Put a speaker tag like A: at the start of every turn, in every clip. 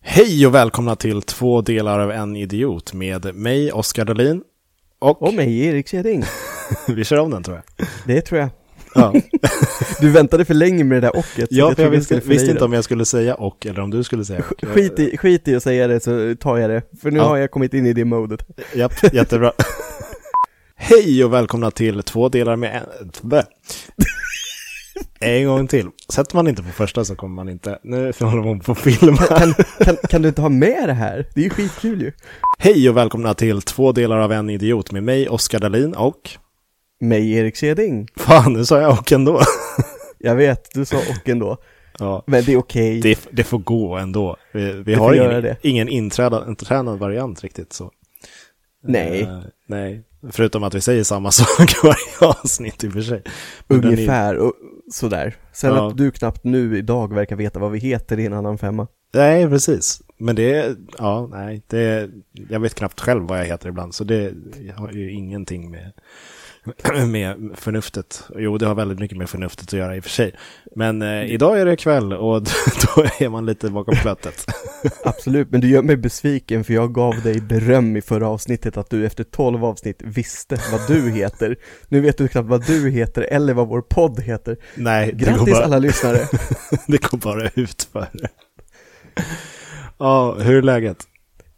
A: Hej och välkomna till två delar av en idiot med mig, Oskar Dahlin. Och
B: Och mig, Erik Kjering.
A: vi kör om den tror jag.
B: Det tror jag.
A: Ja,
B: Du väntade för länge med det där ochet. så
A: ja för jag
B: trodde du
A: visste,
B: skulle
A: visste
B: förlöja
A: inte om jag skulle säga och eller om du skulle säga och.
B: det. Skit i, skit i att säga det så tar jag det, för nu
A: Ja.
B: har jag kommit in i det modet.
A: Japp, jättebra. Hej och välkomna till två delar med en... Bä. En gång till. Sätter man inte på första så kommer man inte... Nu håller man på att filma.
B: Kan, kan, kan du inte ha med det här? Det är ju skitkul ju.
A: Hej och välkomna till två delar av en idiot med mig, Oskar Dahlin och...
B: Mig, Erik Kjering.
A: Fan, nu sa jag och ändå.
B: Jag vet, du sa och ändå.
A: Ja.
B: Men det är okej.
A: Det, det får gå ändå. Vi, vi
B: får
A: har
B: göra
A: ingen,
B: det.
A: ingen intränad, intränad variant riktigt så.
B: Nej,
A: Eh, nej, förutom att vi säger samma sak varje avsnitt i och för sig. Men den är-
B: ungefär och sådär. Sen
A: Ja.
B: att du knappt nu idag verkar veta vad vi heter i en annan femma.
A: Nej, precis. Men det är, ja, nej, det är, jag vet knappt själv vad jag heter ibland, så det har ju ingenting med, med förnuftet. Jo, det har väldigt mycket med förnuftet att göra i och för sig. Men eh, idag är det kväll och då är man lite bakom flötet.
B: Absolut, men du gör mig besviken för jag gav dig beröm i förra avsnittet att du efter 12 avsnitt visste vad du heter. Nu vet du knappt vad du heter eller vad vår podd heter.
A: Nej, det går
B: Grattis
A: bara-
B: alla lyssnare!
A: Det går bara ut för. Ja, hur är läget?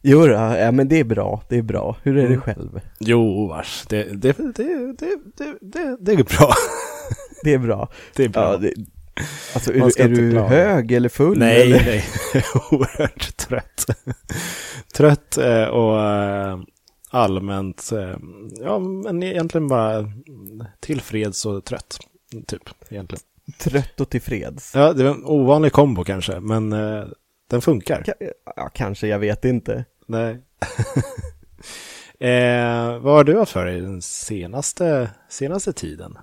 B: Jo, då, ja men det är bra, det är bra. Hur är det
A: Mm.
B: själv?
A: Jo, vars. Det, det, det, det, det, det, det är bra.
B: Det är bra.
A: Det är bra.
B: Ja, det, alltså är,
A: Man
B: du-
A: ska
B: är
A: inte
B: du
A: klaga.
B: hög eller full?
A: nej,
B: Eller?
A: nej. Oerhört trött. trött eh, och eh, allmänt, eh, ja, men egentligen bara tillfreds och trött. Typ, egentligen.
B: Trött och tillfreds?
A: Ja, det var en ovanlig kombo kanske, men eh, den funkar.
B: Ka- Ja, kanske, jag vet inte.
A: Nej. eh, vad har du haft för dig den senaste, senaste tiden?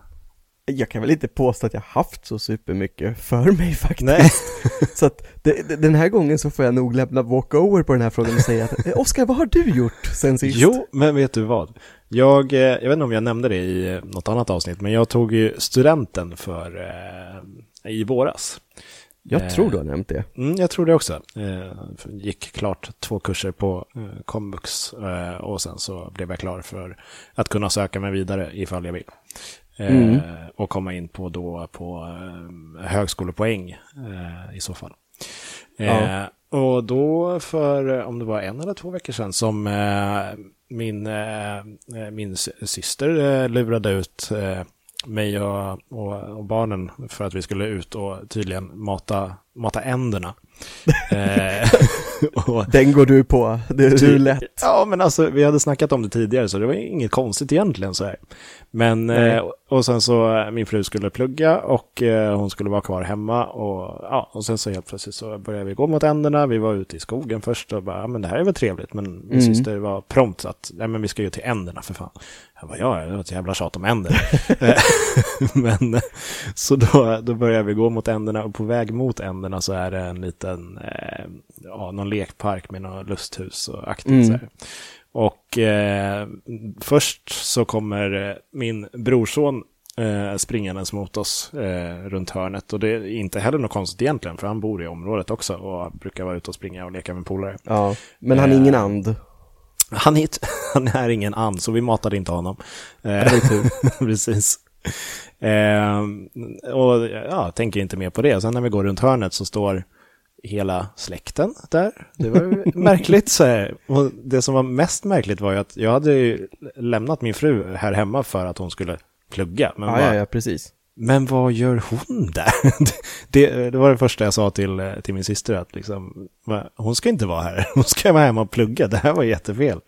B: Jag kan väl inte påstå att jag haft så supermycket för mig faktiskt.
A: Nej.
B: Så att det, det- den här gången så får jag nog lämna walkover på den här frågan och säga att eh, Oskar, vad har du gjort sen sist?
A: Jo, men vet du vad? Jag, eh, jag vet inte om jag nämnde det i eh, något annat avsnitt, men jag tog ju studenten för eh, i våras. eh,
B: Jag tror du har nämnt det.
A: Mm, jag tror det också. Eh, gick klart två kurser på eh, komvux eh, och sen så blev jag klar för att kunna söka mig vidare ifall jag vill. Eh,
B: Mm.
A: Och komma in på då på eh, högskolepoäng eh, i så fall. Eh,
B: Ja.
A: och då för, eh, om det var en eller två veckor sedan, som eh, min, eh, eh, min sy- syster eh, lurade ut eh, mig och, och, och barnen för att vi skulle ut och tydligen mata, mata änderna. eh, och,
B: Den går du på, du, du är lätt.
A: Ja, men alltså vi hade snackat om det tidigare så det var inget konstigt egentligen så här. Men,
B: Nej.
A: eh, och sen så eh, min fru skulle plugga och eh, hon skulle vara kvar hemma och ja, och sen så helt plötsligt så började vi gå mot änderna. Vi var ute i skogen först och bara, ja, men det här är väl trevligt, men min
B: Mm.
A: syster var prompt så att, nej men vi ska ju till änderna för fan. Jag bara, ja, det var ett jävla tjat om änder. Eh, men eh, så då, då börjar vi gå mot änderna och på väg mot änderna så är det en liten, eh, ja, någon lekpark med något lusthus och aktivt
B: Mm.
A: så här. Och eh, först så kommer eh, min brorson eh, springandes mot oss eh, runt hörnet. Och det är inte heller något konstigt egentligen, för han bor i området också och brukar vara ute och springa och leka med polare.
B: Ja, men han är ingen and.
A: Han, hit, han är ingen and, så vi matade inte honom. Eh,
B: Det är tur.
A: Precis. Ehm, och ja, tänker inte mer på det. Sen när vi går runt hörnet så står hela släkten där. Det var ju märkligt. Så här. Och det som var mest märkligt var ju att jag hade ju lämnat min fru här hemma för att hon skulle plugga. Men,
B: Ja,
A: bara,
B: ja, ja, precis.
A: men vad gör hon där? Det, det var det första jag sa till, eh, till min syster, att liksom, va, hon ska inte vara här. Hon ska vara hemma och plugga. Det här var jättefel.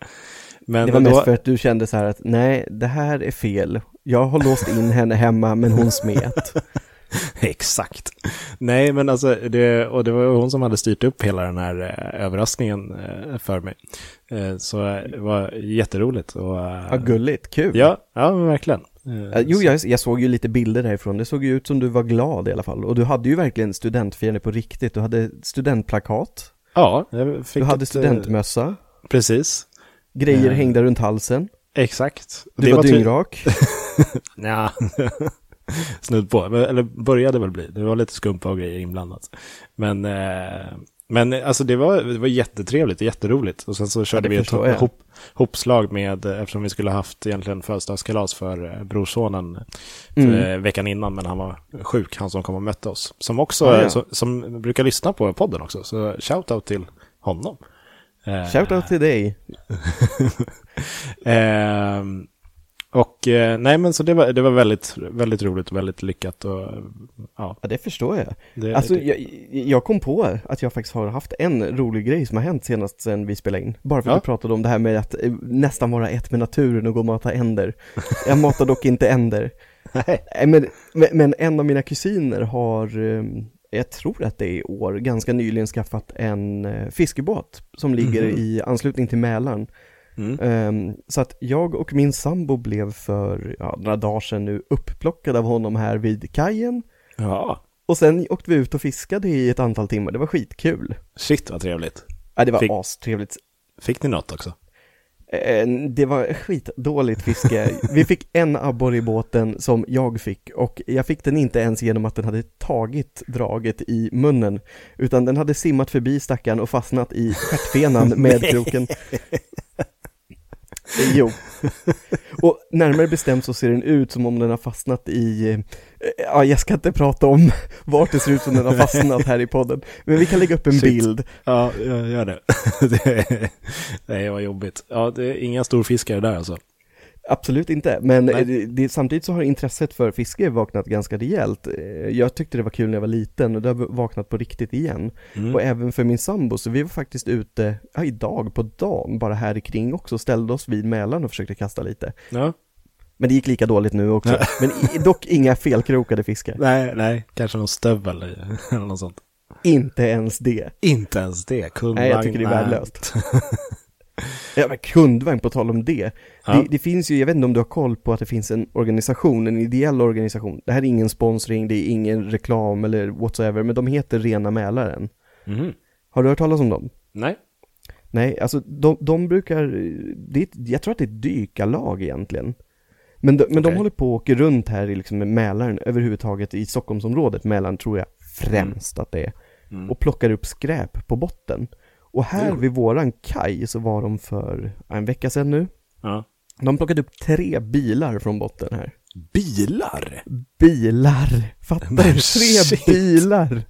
A: Men
B: Det var
A: då-
B: mest för att du kände så här att nej, det här är fel. Jag har låst in henne hemma, men hon smet.
A: Exakt. Nej, men alltså, det, och det var ju hon som hade styrt upp hela den här eh, överraskningen eh, för mig. Eh, Så eh, det var jätteroligt. Och, eh,
B: Ja, gulligt, kul.
A: ja, ja, men verkligen. Eh,
B: Ja, Jo,
A: så-
B: jag, jag såg ju lite bilder därifrån. Det såg ju ut som du var glad i alla fall. Och du hade ju verkligen studentfirande på riktigt. Du hade studentplakat,
A: Ja, jag fick
B: du hade
A: ett, eh,
B: studentmössa,
A: Precis,
B: grejer
A: eh,
B: hängda runt halsen,
A: exakt.
B: du var,
A: ty-
B: dyngrak.
A: Nja, snudd på. Men- Eller började väl bli. Det var lite skumpa och grejer inblandat. Men eh, Men eh, alltså det var, det var jättetrevligt och jätteroligt. Och sen så körde
B: det
A: vi ett
B: förstår jag.
A: hop, hopslag med, eh, eftersom vi skulle ha haft egentligen födelsedagskalas för eh, brorsonen
B: Mm.
A: eh, veckan innan, men han var sjuk, han som kom och mötte oss. Som också,
B: Ah, ja.
A: så, som brukar lyssna på podden också, så shoutout till honom. Eh,
B: Shoutout till dig.
A: Ehm, och eh, nej men så det var, det var väldigt, väldigt roligt och väldigt lyckat och ja.
B: Ja, det förstår jag.
A: Det,
B: Alltså,
A: det,
B: jag, jag kom på att jag faktiskt har haft en rolig grej som har hänt senast sen vi spelade in. Bara för att
A: Ja.
B: du pratade om det här med att eh, nästan vara ett med naturen och gå och mata änder. Jag matar dock inte änder.
A: nej.
B: Nej, Men, men, men en av mina kusiner har, eh, jag tror att det är i år, ganska nyligen skaffat en eh, fiskebåt som ligger
A: Mhm.
B: i anslutning till Mälaren.
A: Mm.
B: Ehm, så att jag och min sambo blev för ja, några dagar sedan nu upplockade av honom här vid kajen.
A: Ja,
B: Och sen åkte vi ut och fiskade i ett antal timmar, det var skitkul.
A: shit vad trevligt.
B: Ja, det var
A: Fick-
B: astrevligt.
A: Fick ni något också?
B: Eh, Det var skitdåligt fiske. Vi fick en abborre i båten som jag fick och jag fick den inte ens genom att den hade tagit draget i munnen utan den hade simmat förbi stackaren och fastnat i stjärtfenan med kroken. Jo. Och närmare bestämt så ser den ut som om den har fastnat i, eh, ja jag ska inte prata om vart det ser ut som den har fastnat här i podden, men vi kan lägga upp en
A: Shit.
B: bild.
A: Ja, jag gör det. det. Nej, vad jobbigt. Ja, det är inga storfiskare där alltså.
B: Absolut inte, men
A: Nej.
B: det, det, samtidigt så har intresset för fiske vaknat ganska rejält. Eh, Jag tyckte det var kul när jag var liten och det har vaknat på riktigt igen.
A: Mm.
B: Och även för min sambo, så vi var faktiskt ute, ja, idag på dagen, bara här i kring också, ställde oss vid Mälaren och försökte kasta lite.
A: Ja.
B: Men det gick lika dåligt nu också, men i, dock inga felkrokade fiskar.
A: Nej, nej, kanske någon stövel i- eller något sånt.
B: Inte ens det.
A: Inte ens det. Kundvagn.
B: Nej, jag tycker det är värdelöst. Ja, men kundvagn, på tal om det.
A: Ja.
B: det. Det finns ju, jag vet inte om du har koll på att det finns en organisation, en ideell organisation. Det här är ingen sponsring, det är ingen reklam eller whatsoever, men de heter Rena Mälaren.
A: Mhm.
B: Har du hört talas om dem?
A: Nej.
B: Nej, alltså de, de brukar, det är, ett- jag tror att det är ett dykarlag egentligen. Men de, men de
A: Okej.
B: håller på och åker runt här i liksom Mälaren överhuvudtaget i Stockholmsområdet, Mälaren tror jag främst att det är,
A: Mm.
B: och plockar upp skräp på botten. Och här
A: Mm.
B: vid våran kaj så var de för ja, en vecka sedan nu,
A: Ja.
B: de plockade upp tre bilar från botten här.
A: Bilar?
B: Bilar! Fattar du?
A: Men
B: Tre
A: shit.
B: bilar!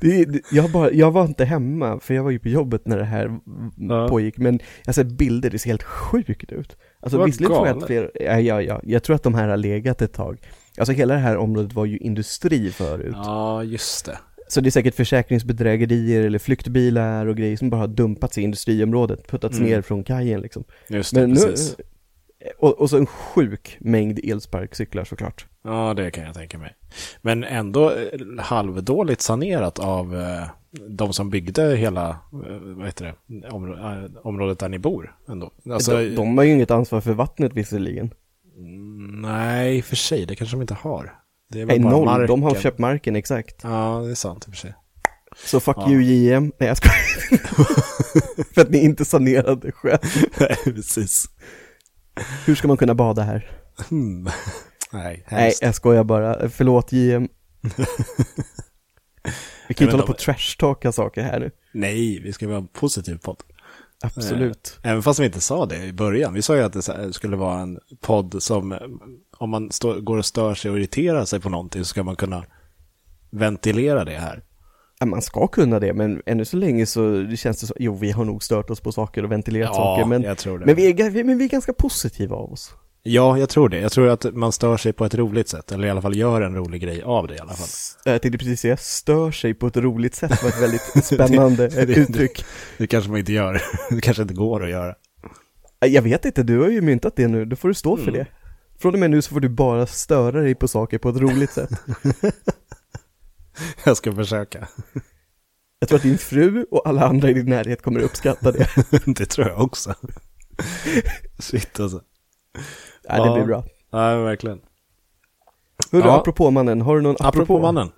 B: Det, är- det, jag, bara, jag var inte hemma, för jag var ju på jobbet när det här mm,
A: Ja.
B: pågick, men jag har sett bilder, det ser helt sjukt ut. Alltså
A: Vad
B: visserligen tror jag att
A: galet.
B: fler, ja, ja, ja, jag tror att de här har legat ett tag. Alltså hela det här området var ju industri förut.
A: Ja, just det.
B: Så det är säkert försäkringsbedrägerier eller flyktbilar och grejer som bara har dumpats i industriområdet, puttats
A: Mm.
B: ner från kajen liksom.
A: Just det,
B: Men nu,
A: precis.
B: och, och så en sjuk mängd elsparkcyklar såklart.
A: Ja, det kan jag tänka mig. Men ändå eh, halvdåligt sanerat av eh, de som byggde hela eh, vad heter det, områ- eh, området där ni bor. Ändå. Alltså,
B: de, de har ju inget ansvar för vattnet visserligen.
A: mm, Nej, i och för sig, det kanske de inte har. Det är väl
B: Nej,
A: bara
B: noll.
A: marken.
B: De har köpt marken, exakt.
A: Ja, det är sant i och för sig.
B: Så fuck
A: Ja.
B: you JM. Nej, jag skojar. för att ni inte sanerade sjön.
A: Nej, precis.
B: Hur ska man kunna bada här?
A: Hmm. Nej,
B: Nej,
A: hemskt.
B: jag skojar bara. Förlåt JM. Vi
A: men
B: kan ju inte hålla
A: de-
B: på och trashtalka saker här nu.
A: Nej, vi ska vara en positiv podd. Eh,
B: Absolut.
A: Även fast vi inte sa det i början. Vi sa ju att det så här skulle vara en podd som eh, om man stå, går och stör sig och irriterar sig på någonting så ska man kunna ventilera det här.
B: Ja, man ska kunna det, men ännu så länge så känns det så, jo vi har nog stört oss på saker och ventilerat
A: Ja,
B: saker, men,
A: jag tror det.
B: Men, vi är, ga- vi- men vi är ganska positiva av oss.
A: Ja, jag tror det. Jag tror att man stör sig på ett roligt sätt, eller i alla fall gör en rolig grej av det i alla fall.
B: Jag tänkte precis säga, stör sig på ett roligt sätt var ett väldigt spännande
A: Det- det-
B: uttryck.
A: Det kanske man inte gör. Det kanske inte går att göra.
B: Jag vet inte, du har ju myntat det nu, då får du stå för
A: Mm.
B: det. Från och med nu så får du bara störa dig på saker på ett roligt sätt.
A: Jag ska försöka.
B: Jag tror att din fru och alla andra i din närhet kommer att uppskatta det.
A: Det tror jag också. Shit alltså.
B: Ja, det
A: Ja.
B: blir bra.
A: Nej, verkligen.
B: Hörru,
A: Ja.
B: apropå mannen, har du någon
A: Apropå mannen.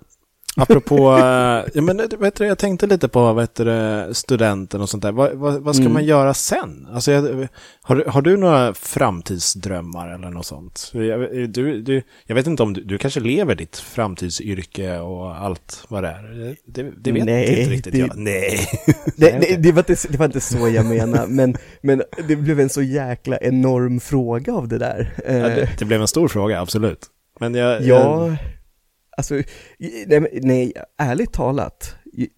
A: Apropå, eh, ja, men, eh, vad heter det, jag tänkte lite på vad heter det, studenten och sånt där. Vad, vad, vad ska
B: Mm.
A: man göra sen? Alltså, jag, har, du- har du några framtidsdrömmar eller något sånt? Jag, du, du, jag vet inte om du, du kanske lever ditt framtidsyrke och allt vad det är. Det, det vet
B: Nej,
A: inte riktigt
B: det-
A: jag. Nej.
B: Det,
A: Nej, okej.
B: det, det, var inte, det var inte så jag menade, men, men det blev en så jäkla enorm fråga av det där. Eh,
A: Ja, det, det blev en stor fråga, absolut. Men jag... eh, jag-
B: Ja, alltså, i- nej, men- nej, ärligt talat, i-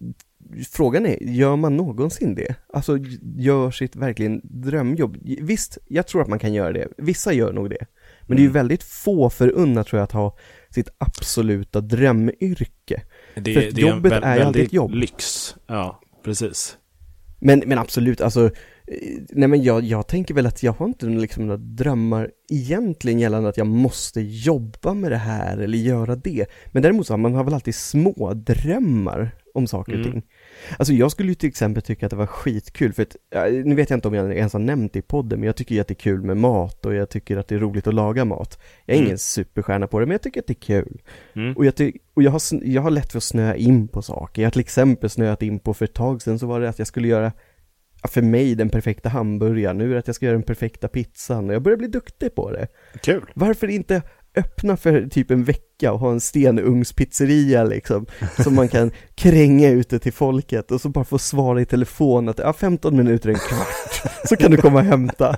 B: frågan är, gör man någonsin det? Alltså, gör sitt verkligen drömjobb? Visst, jag tror att man kan göra det, vissa gör nog det. Men det är ju
A: Mm.
B: väldigt få förunnat tror jag att ha sitt absoluta drömyrke.
A: det,
B: för
A: det är en
B: jobbet är ju alltid
A: väldig
B: ett jobb.
A: lyx. Ja, precis.
B: Men, men absolut, alltså, eh, nej men jag, jag tänker väl att jag har inte liksom några drömmar egentligen gällande att jag måste jobba med det här eller göra det. Men däremot så har man har väl alltid små drömmar om saker och
A: Mm.
B: ting. Alltså jag skulle ju till exempel tycka att det var skitkul, för att, ja, nu vet jag inte om jag ens har nämnt det i podden, men jag tycker ju att det är kul med mat och jag tycker att det är roligt att laga mat. Jag är
A: Mm.
B: ingen superstjärna på det, men jag tycker att det är kul.
A: Mm.
B: Och, jag, ty- och jag, har, sn- jag har lätt för att snöa in på saker. Jag har till exempel snöat in på för ett tag sedan så var det att jag skulle göra, ja, för mig, den perfekta hamburgaren. Nu är det att jag ska göra den perfekta pizzan och jag börjar bli duktig på det.
A: Kul.
B: Varför inte öppna för typ en vecka och ha en stenugnspizzeria liksom, som man kan kränga ute till folket och så bara få svara i telefon att ja, 15 minuter, en kvart, så kan du komma och hämta.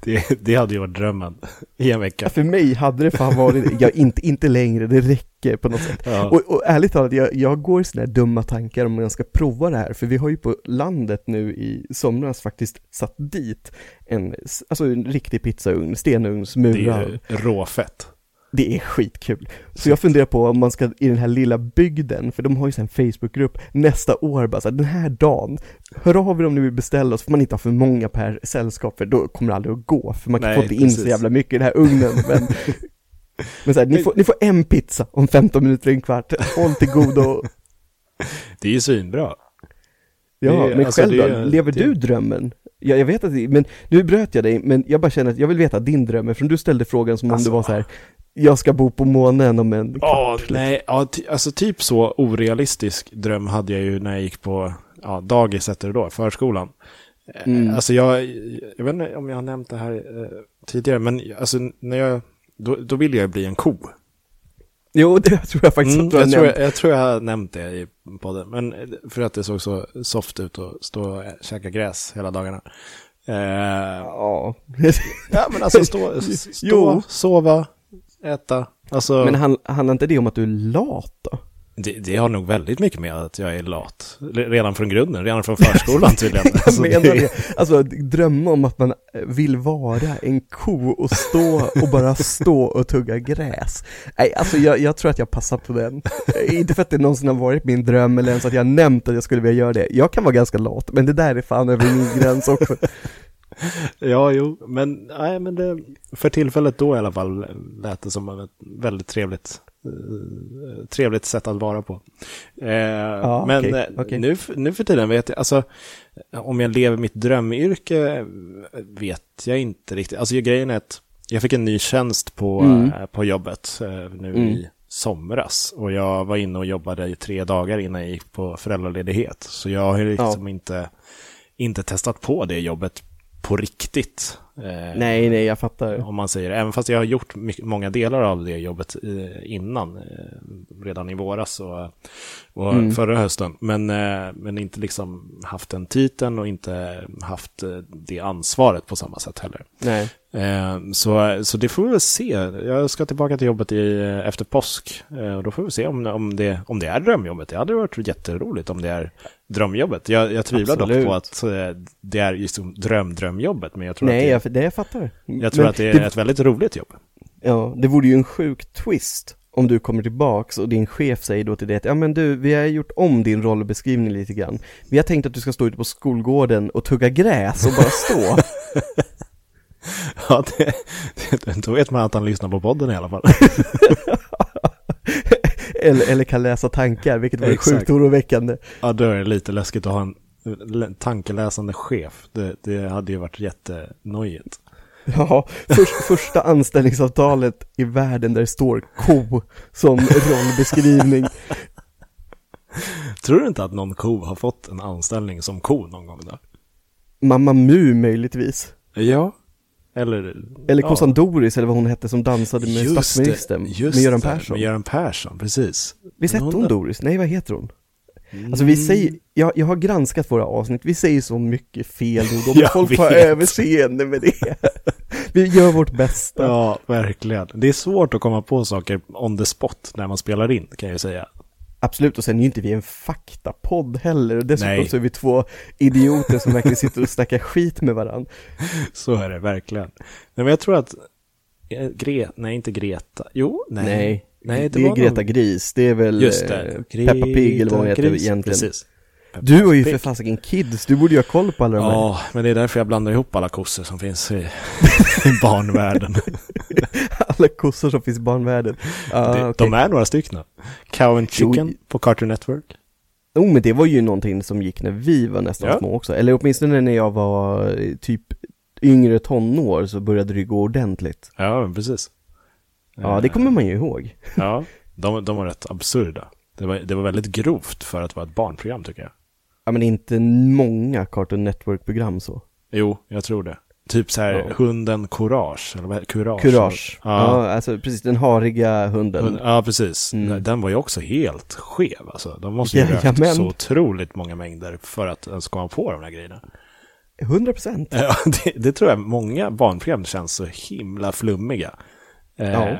A: Det, det hade ju varit drömmen i en
B: Ja,
A: vecka.
B: för mig hade det fan varit, ja, inte, inte längre, det räcker på något sätt.
A: Ja.
B: Och, och ärligt talat, jag, jag går i sådana här dumma tankar om jag ska prova det här, för vi har ju på landet nu i somras faktiskt satt dit en, s- alltså en riktig pizzaugn,
A: det
B: stenugnsmurar.
A: är
B: Det,
A: ju råfett.
B: är skitkul. Så jag funderar på om man ska i den här lilla bygden, för de har ju så här en Facebookgrupp, nästa år bara så här, den här dagen, hör av er om ni vill beställa så får man inte ha för många per sällskap, för då kommer det aldrig att gå, för man kan
A: Nej,
B: få inte in så
A: precis.
B: jävla mycket i den här ugnen. Men, men så här, ni, får, ni får en pizza om 15 minuter, en kvart, håll till godo.
A: Det är ju svinbra.
B: Ja,
A: Det är-
B: men
A: alltså,
B: själv
A: det
B: då?
A: är-
B: Lever
A: det-
B: du drömmen? Ja, jag vet att, det- men nu bröt jag dig, men jag bara känner att jag vill veta din dröm, eftersom du ställde frågan som om
A: Alltså.
B: det var så här, jag ska bo på månen om en
A: Ja,
B: kvart.
A: nej, ja, ty, alltså typ så orealistisk dröm hade jag ju när jag gick på ja, dagis hette det då, förskolan. Eh,
B: Mm.
A: Alltså jag, jag vet inte om jag har nämnt det här eh, tidigare, men alltså när jag, då, då ville jag ju bli en ko.
B: Jo, det tror jag faktiskt
A: Mm,
B: att du har
A: jag,
B: nämnt.
A: tror jag, jag tror jag har nämnt det i podden, men eh, för att det såg så soft ut att stå och ä- käka gräs hela dagarna. Eh,
B: Ja.
A: ja, men alltså stå, s- stå
B: Jo.
A: sova, äta. Alltså,
B: men han, handlar inte det om att du är lat då?
A: Det, det har nog väldigt mycket med att jag är lat. Re- Redan från grunden, redan från förskolan tydligen.
B: Jag
A: Alltså,
B: menar
A: är-
B: det. Alltså, att drömma om att man vill vara en ko och stå och bara stå och tugga gräs. Nej, alltså jag, jag tror att jag passar på den. Inte för att det någonsin har varit min dröm eller ens att jag har nämnt att jag skulle vilja göra det. Jag kan vara ganska lat, men det där är fan över min gräns också.
A: Ja, jo, men, nej, men det, för tillfället då i alla fall lät det som ett väldigt trevligt, eh, trevligt sätt att vara på. Eh, men
B: okej,
A: eh,
B: okej.
A: Nu, f- nu för tiden vet jag, alltså om jag lever mitt drömyrke eh, vet jag inte riktigt. Alltså grejen är att jag fick en ny tjänst på,
B: Mm.
A: eh, på jobbet eh, nu
B: Mm.
A: i somras och jag var inne och jobbade i tre dagar innan jag gick på föräldraledighet. Så jag har ju liksom inte, inte testat på det jobbet på riktigt. Eh,
B: Nej, nej, jag fattar.
A: Om man säger Även fast jag har gjort mycket, många delar av det jobbet eh, innan, eh, redan i våras och, och
B: Mm.
A: förra hösten. Men, eh, men inte liksom haft den titeln och inte haft eh, det ansvaret på samma sätt heller.
B: Nej.
A: Eh, Så, så det får vi väl se. Jag ska tillbaka till jobbet i, eh, efter påsk. Eh, Och då får vi se om, om, det, om det är drömjobbet. Det hade varit jätteroligt om det är drömjobbet. Jag, jag tvivlar dock
B: Absolut.
A: på att eh, det är just drömdrömjobbet. Men jag tror,
B: Nej,
A: att,
B: jag, det jag fattar.
A: det, jag tror
B: Men
A: att det är ett väldigt roligt jobb.
B: Ja, det vore ju en sjuk twist om du kommer tillbaks och din chef säger då till dig att ja men du, vi har gjort om din rollbeskrivning lite grann. Vi har tänkt att du ska stå ute på skolgården och tugga gräs och bara stå.
A: Ja, det, det, då vet man att han lyssnar på podden i alla fall.
B: eller, eller kan läsa tankar, vilket vore
A: Exakt.
B: sjukt oroväckande.
A: Ja, då är det lite läskigt att ha en eh, tankeläsande chef. Det, det hade ju varit jättenojigt.
B: Ja, för, första anställningsavtalet i världen där det står ko som rollbeskrivning.
A: Tror du inte att någon ko har fått en anställning som ko någon gång då?
B: Mamma Mu möjligtvis.
A: Ja. Eller,
B: Eller
A: ja.
B: kossan Doris eller vad hon hette som dansade med statsministern.
A: det, just
B: Med Göran
A: det,
B: Persson.
A: Med Göran Persson, precis.
B: Visst hette
A: Men
B: hon Doris? Nej, vad heter hon? Alltså vi
A: Mm.
B: säger, jag, jag har granskat våra avsnitt, vi säger så mycket fel och då måste
A: Jag
B: folk ha
A: vet.
B: överseende med det. Vi gör vårt bästa.
A: Ja, verkligen. Det är svårt att komma på saker on the spot när man spelar in, kan jag ju säga.
B: Absolut, och sen är ju inte vi en faktapodd heller, och dessutom
A: Nej.
B: så är vi två idioter som verkligen sitter och snackar skit med varandra.
A: Så är det verkligen. Nej, men jag tror att... eh, Gre... Nej, inte Greta. Jo, nej. Nej,
B: det, är
A: var
B: Greta
A: någon-
B: Gris, det är väl
A: Just
B: eh,
A: det.
B: Peppa Pig eller vad hon
A: Greta
B: heter
A: Gris,
B: egentligen.
A: Precis.
B: Du har ju
A: Pig.
B: för fasiken kids, du borde ju ha koll på alla de här.
A: Ja, men det är därför jag blandar ihop alla kossor som finns i, i barnvärlden.
B: Alla kossor som finns i barnvärlden. Ah,
A: Det-
B: okej.
A: De är några stycken. Cow and
B: Jo,
A: Chicken på Cartoon Network.
B: Jo Oh, men det var ju någonting som gick när vi var nästan
A: Ja.
B: små också, eller åtminstone när jag var eh, typ yngre tonår så började det gå ordentligt.
A: Ja, men precis.
B: Ja, det kommer man ju ihåg.
A: Ja, de, de var rätt absurda. Det var, det var väldigt grovt för att vara ett barnprogram tycker jag.
B: Ja men inte många Cartoon Network-program så.
A: Jo, jag tror det. Typ så här
B: Ja.
A: hunden Courage, eller vad Courage.
B: Courage.
A: Ja,
B: Ja, alltså precis, den hariga hunden.
A: Hund- ja precis.
B: Mm.
A: Nej, Den var ju också helt skev alltså. De måste ju ha
B: Jajamän.
A: rökt så otroligt många mängder för att ens komma på de här grejerna.
B: 100 procent.
A: Ja, det, det tror jag. Många barnprogram känns så himla flummiga. Eh,
B: Ja.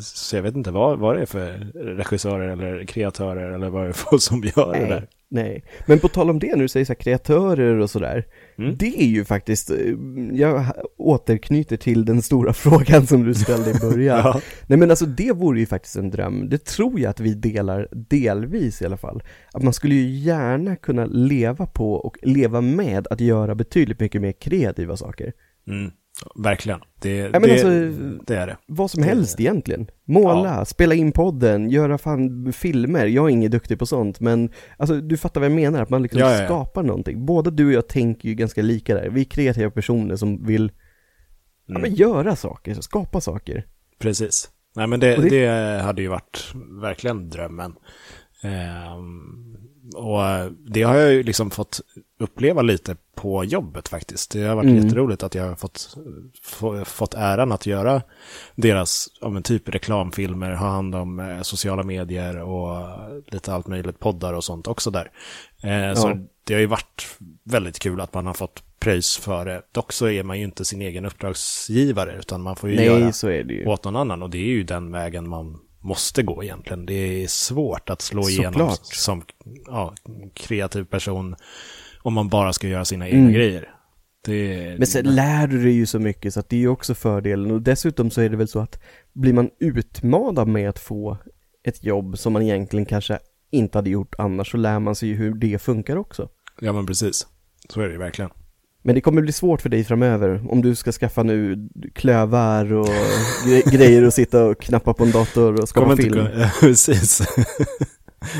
A: Så jag vet inte vad, vad det är för regissörer eller kreatörer eller vad det är för som gör det
B: Nej,
A: där.
B: nej. Men på tal om det nu, du säger så här, kreatörer och sådär.
A: Mm.
B: Det är ju faktiskt, eh, jag återknyter till den stora frågan som du ställde i början.
A: Ja.
B: Nej men alltså det vore ju faktiskt en dröm, det tror jag att vi delar delvis i alla fall. Att man skulle ju gärna kunna leva på och leva med att göra betydligt mycket mer kreativa saker.
A: Mm. Verkligen. Det,
B: men
A: det,
B: alltså-
A: det är det.
B: Vad som helst
A: Eh,
B: egentligen. Måla, spela in podden, göra fan filmer. Jag är ingen duktig på sånt men alltså du fattar vad jag menar, att man liksom
A: Ja, ja, ja.
B: skapar någonting. Både du och jag tänker ju ganska lika där. Vi är kreativa personer som vill ja,
A: Mm.
B: men, göra saker, skapa saker.
A: Precis. Nej, men det,
B: Och det-
A: det... hade ju varit verkligen drömmen. Ehm, och eh, det har jag ju liksom fått uppleva lite på jobbet faktiskt. Det har varit
B: Mm.
A: jätteroligt att jag har fått, få, fått äran att göra deras ja, men typ reklamfilmer, ha hand om eh, sociala medier och lite allt möjligt, poddar och sånt också där. Eh,
B: Ja.
A: Så det har ju varit väldigt kul att man har fått pröjs för det. Dock så är man ju inte sin egen uppdragsgivare, utan man får ju
B: Nej,
A: göra
B: så är det ju.
A: åt någon annan. Och det är ju den vägen man måste gå egentligen. Det är svårt att slå igenom
B: Såklart.
A: som ja, kreativ person om man bara ska göra sina egna grejer. Det,
B: Mm. Men sen lär du dig ju så mycket så att det är ju också fördelen och dessutom så är det väl så att blir man utmanad med att få ett jobb som man egentligen kanske inte hade gjort annars så lär man sig ju hur det funkar också.
A: Ja, men precis. Så är det ju verkligen.
B: Men det kommer bli svårt för dig framöver om du ska skaffa nu klövar och gre- grejer och sitta och knappa på en dator och skapa
A: Kommer inte,
B: film.
A: kunna, precis.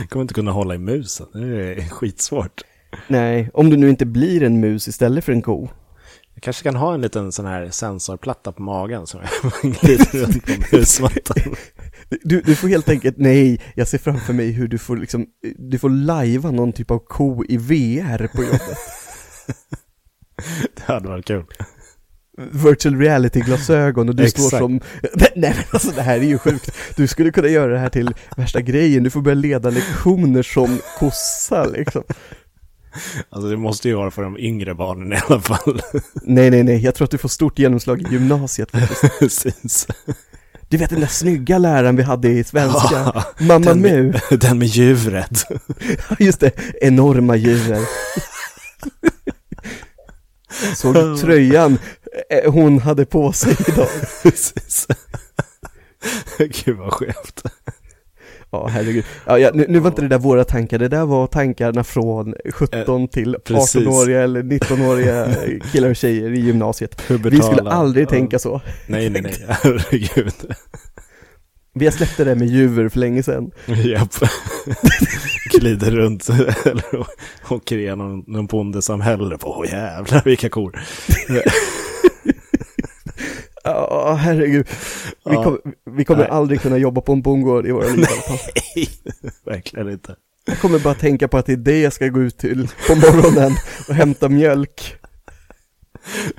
A: Kommer inte kunna hålla i musen. Det är skitsvårt.
B: Nej, om du nu inte blir en mus istället för en ko.
A: Jag kanske kan ha en liten sån här sensorplatta på magen som jag glider runt på musmattan.
B: Du, du får helt enkelt, nej, jag ser framför mig hur du får liksom, du får lajva någon typ av ko i VR på jobbet.
A: Det hade varit kul.
B: virtual reality-glasögon och du står
A: Exakt.
B: som... Nej men alltså det här är ju sjukt. Du skulle kunna göra det här till värsta grejen, du får börja leda lektioner som kossa liksom.
A: Alltså det måste ju vara för de yngre barnen i alla fall.
B: Nej nej nej, jag tror att du får stort genomslag i gymnasiet.
A: Precis.
B: Du vet den där snygga läraren vi hade i svenska, Mamma
A: den med-
B: Mu.
A: Den med djuret.
B: Just det, enorma djur. Såg du tröjan eh, hon hade på sig idag?
A: Precis. Gud vad skevt.
B: Ja, herregud. Ja, ja, nu, nu var inte det där våra tankar, det där var tankarna från 17 till
A: Eh, precis.
B: 18-åriga eller 19-åriga killar och tjejer i gymnasiet.
A: Pubertala.
B: Vi skulle aldrig tänka så.
A: Nej, nej, nej. Herregud.
B: Vi släppte det med djur för länge sedan.
A: Japp. Glider runt eller å- åker igenom någon bondesamhälle. Åh jävlar vilka kor.
B: Ja, herregud. Vi,
A: Ja.
B: kommer- vi kommer
A: Nej.
B: aldrig kunna jobba på en bondgård i våra liv i alla fall.
A: Verkligen inte.
B: Jag kommer bara tänka på att det är det jag ska gå ut till på morgonen och hämta mjölk.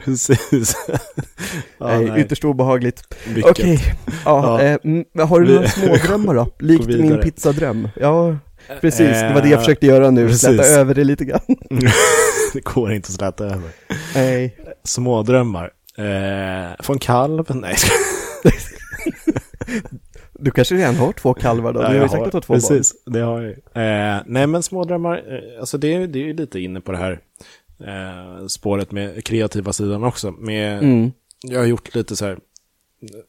A: Precis. ja,
B: nej,
A: nej,
B: ytterst obehagligt.
A: mycket.
B: Okej, ja,
A: Ja.
B: eh, mm, men har du
A: Vi-
B: några smådrömmar då? Likt min
A: vidare.
B: pizzadröm? Ja, precis, det var det
A: Eh,
B: jag försökte göra nu,
A: precis.
B: släta över det lite grann.
A: det går inte att släta över.
B: Nej,
A: Smådrömmar. Eh, från kalv? Nej,
B: du kanske redan har två kalvar då?
A: Ja,
B: du har ju
A: jag
B: säkert har två barn.
A: Precis, det har jag ju. eh, Nej, men smådrömmar, eh, alltså det, är- det är ju lite inne på det här eh, spåret med kreativa sidan också. Med,
B: Mm.
A: Jag har gjort lite så här,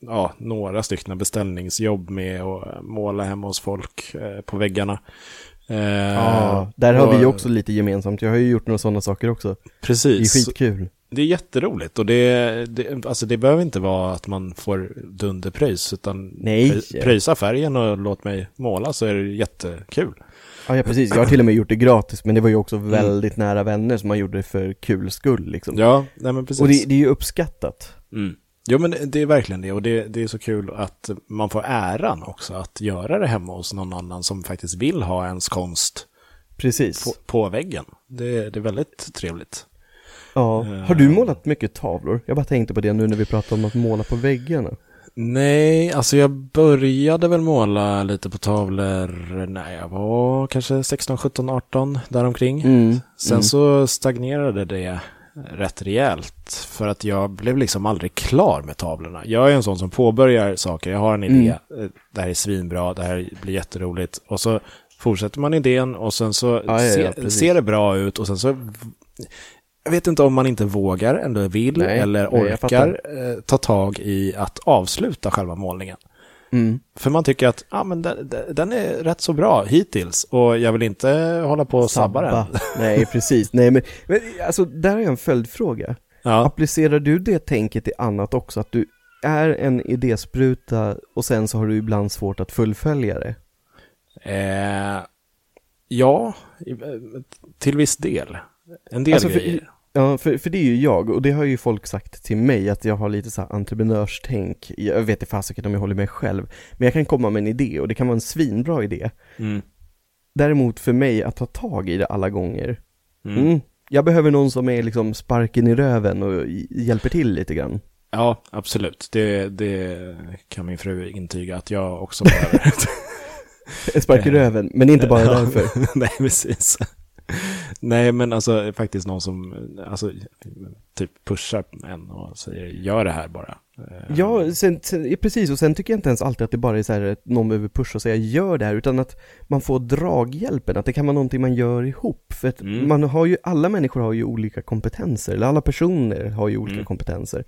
A: ja, några stycken beställningsjobb med att eh, måla hemma hos folk eh, på väggarna. Eh,
B: Ja, där har
A: och-
B: vi ju också lite gemensamt. Jag har ju gjort några sådana saker också. Det är
A: Precis.
B: skitkul.
A: Det är jätteroligt och det, det, alltså det behöver inte vara att man får dunderpröjs utan
B: Nej.
A: prö- pröjsa färgen och låt mig måla så är det jättekul.
B: Ja, ja, precis. Jag har till och med gjort det gratis, men det var ju också väldigt nära vänner som man gjorde det för kul skull liksom.
A: Mm. Ja, nej men precis.
B: Och det, det är ju uppskattat.
A: Mm. Jo men det är verkligen det och det, det är så kul att man får äran också att göra det hemma hos någon annan som faktiskt vill ha ens konst
B: Precis.
A: på, på väggen. Det, det är väldigt trevligt.
B: Ja.
A: Eh.
B: Har du målat mycket tavlor? Jag bara tänkte på det nu när vi pratade om att måla på väggarna.
A: Nej, alltså jag började väl måla lite på tavlor när jag var kanske 16, 17, 18 däromkring.
B: Mm.
A: Sen så stagnerade det rätt rejält för att jag blev liksom aldrig klar med tavlorna. Jag är en sån som påbörjar saker, jag har en idé,
B: Mm.
A: eh, det här är svinbra, det här blir jätteroligt och så fortsätter man idén och sen så
B: ja, ja,
A: se,
B: precis.
A: ser det bra ut och sen så jag vet inte om man inte vågar eller vill
B: Nej,
A: eller
B: nej, jag
A: orkar eh, ta tag i att avsluta själva målningen.
B: Mm.
A: För man tycker att ah, men den, den- den är rätt så bra hittills och jag vill inte hålla på och sabba den.
B: Nej, precis. Nej, men, men alltså där har jag en följdfråga.
A: Ja.
B: Applicerar du det tänket i annat också? Att du är en idéspruta och sen så har du ibland svårt att fullfölja det?
A: Eh, ja, i- till viss del. En del
B: Alltså, för-
A: grejer.
B: Ja, för, för det är ju jag, och det har ju folk sagt till mig att jag har lite så här entreprenörstänk. Jag vet inte fasiken om jag håller mig själv, men jag kan komma med en idé och det kan vara en svinbra idé.
A: Mm.
B: Däremot för mig att ta tag i det alla gånger,
A: Mm.
B: mm. jag behöver någon som är liksom sparken i röven och i- hjälper till lite grann.
A: Ja, absolut. Det, det kan min fru intyga att jag också behöver.
B: En
A: Eh.
B: spark i röven, men inte bara därför.
A: Nej, precis. Nej, men alltså faktiskt någon som alltså, typ pushar en och säger gör det här bara. Eh,
B: Ja, sen, sen, ja, precis, och sen tycker jag inte ens alltid att det bara är så här att någon behöver pusha och säga gör det här, utan att man får draghjälpen, att det kan vara någonting man gör ihop. För att
A: Mm.
B: man har ju, alla människor har ju olika kompetenser, eller alla personer har ju olika
A: Mm.
B: kompetenser.